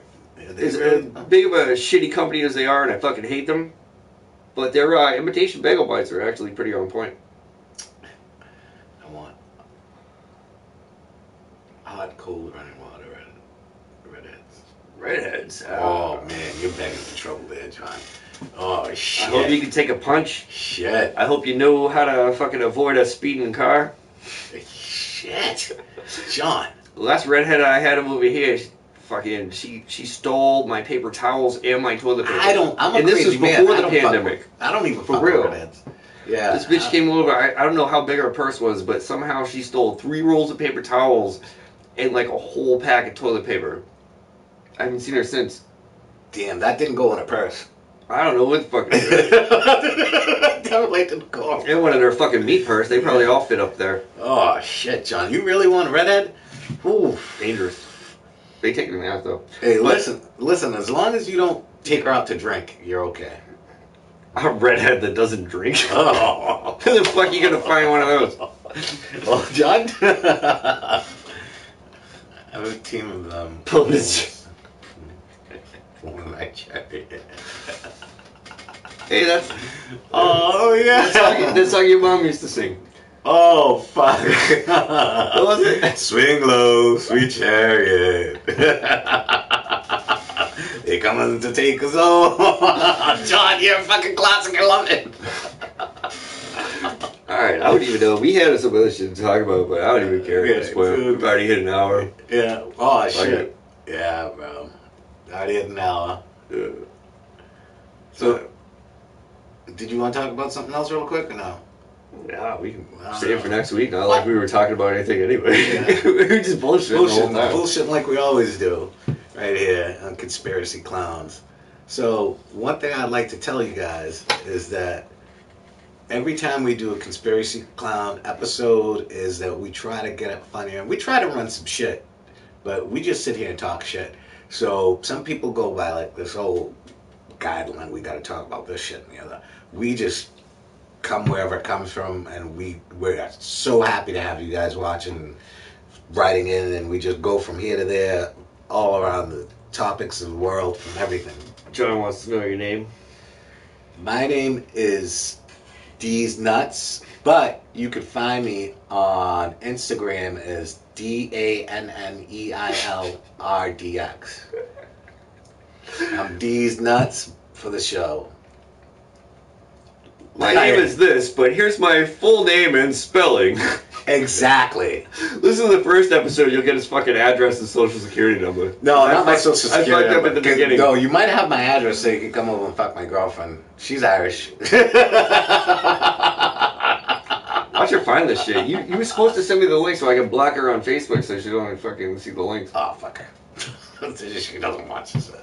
is Is as it- big of a shitty company as they are, and I fucking hate them. But their uh, imitation bagel bites are actually pretty on point. I want hot, cold running water. Red, redheads. Redheads. uh, Oh man, you're back into trouble there, John. Oh I shit. hope you can take a punch. Shit. I hope you know how to fucking avoid a speeding car. Shit. John. The last redhead I had him over here, she- fucking, she she stole my paper towels and my toilet paper. I don't. I'm a And this crazy is man. before I the don't fuck pandemic. with- Uh, I don't even For fuck with real. redheads. Yeah. This bitch I- came over. I, I don't know how big her purse was, but somehow she stole three rolls of paper towels and like a whole pack of toilet paper. I haven't seen her since. Damn, that didn't go in a purse. I don't know what the fuck. It was. that way didn't go. It wanted her fucking meat purse. They probably all fit up there. Oh shit, John, you really want redhead? Ooh. Dangerous. They take them out though. Hey, listen, listen. As long as you don't take her out to drink, you're okay. A redhead that doesn't drink. Where Oh, the fuck you gonna find one of those? well, John. I have a team of um, Pullets. Pulling my cherry. Hey, that's Oh yeah. that's how, that's how your mom used to sing. Oh fuck! What was it? Swing low, sweet chariot. They coming to take us home. John, you're a fucking classic. I love it. All right, I don't even know. We had some other shit to talk about, but I don't even care at this Yeah, point. dude. We've already hit an hour. Yeah. Oh Fuck shit. Yeah, bro. Already had an hour. Yeah. So, did you want to talk about something else real quick or no? Yeah, we can Wow. save it for next week. Not like we were talking about anything anyway. we were just bullshitting the whole Bullshit, time. bullshit, like we always do, right here on Conspiracy Clowns. So, one thing I'd like to tell you guys is that every time we do a Conspiracy Clown episode, is that we try to get it funnier. We try to run some shit, but we just sit here and talk shit. So, some people go by like this whole guideline we got to talk about this shit and the other. We just come wherever it comes from, and we, we're so happy to have you guys watching writing in, and we just go from here to there, all around the topics of the world, from everything. John wants to know your name. My name is D's Nuts, but you can find me on Instagram as D A N N E I L R D X. I'm D's Nuts for the show. My name is this, but here's my full name and spelling. exactly. This is the first episode. You'll get his fucking address and social security number. No, I not my fucked- social I security. fucked up at the number. beginning. No, you might have my address so you can come over and fuck my girlfriend. She's Irish. Watch her find this shit. You you were supposed to send me the link so I can block her on Facebook so she don't fucking see the links. Oh, fuck her. she doesn't watch this. uh,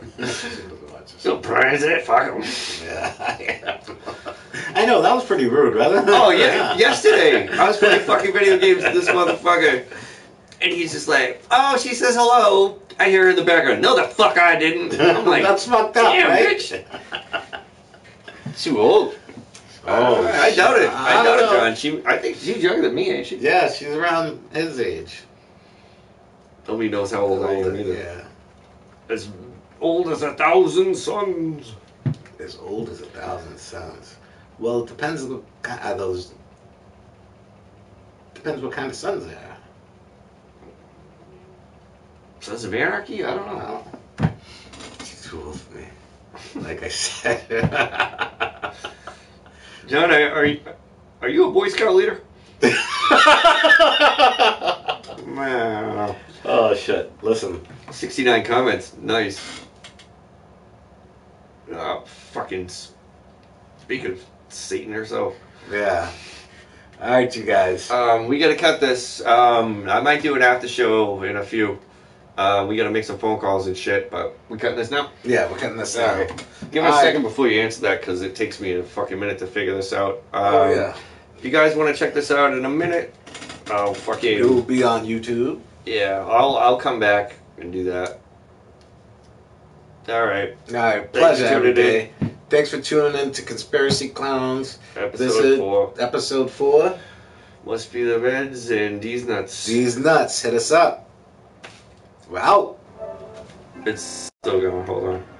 she doesn't watch this. So Brian's it. Fuck him. Yeah, I am. I know, that was pretty rude, rather. Oh yeah, yesterday I was playing fucking video games with this motherfucker, and he's just like, "Oh, she says hello." I hear her in the background. No, the fuck I didn't. I'm like, That's fucked up, "Damn, right? bitch." too old. Oh, I, I doubt it. I, I doubt it, don't know. John. She, I think she's younger than me, ain't she? Yeah, she's around his age. Nobody knows how old I am either. Yeah. As old as a thousand suns. As old as a thousand suns. Well, it depends on what ki- are those. Depends what kind of suns they are. Sons of Anarchy? I don't know. Wow. She's too old for me. Like I said. John, are, are you are you a Boy Scout leader? Wow. oh shit! Listen. 69 comments. Nice. Ah, fucking. s- Speaking of Satan herself. Yeah. All right, you guys. Um, we gotta cut this. Um, I might do an after show in a few. Uh, we gotta make some phone calls and shit, but we cutting this now? Yeah, we're cutting this All out. Um, right. Give me a All right. second before you answer that, because it takes me a fucking minute to figure this out. Um, Oh yeah. If you guys want to check this out in a minute, I'll fucking It will be on YouTube. yeah, I'll I'll come back and do that. All right, All right. Thanks Pleasure for every tuning day. Thanks for tuning in to Conspiracy Clowns, episode This is- four episode four. must be the Reds and these nuts. These nuts hit us up. We're out. It's still going. Hold on.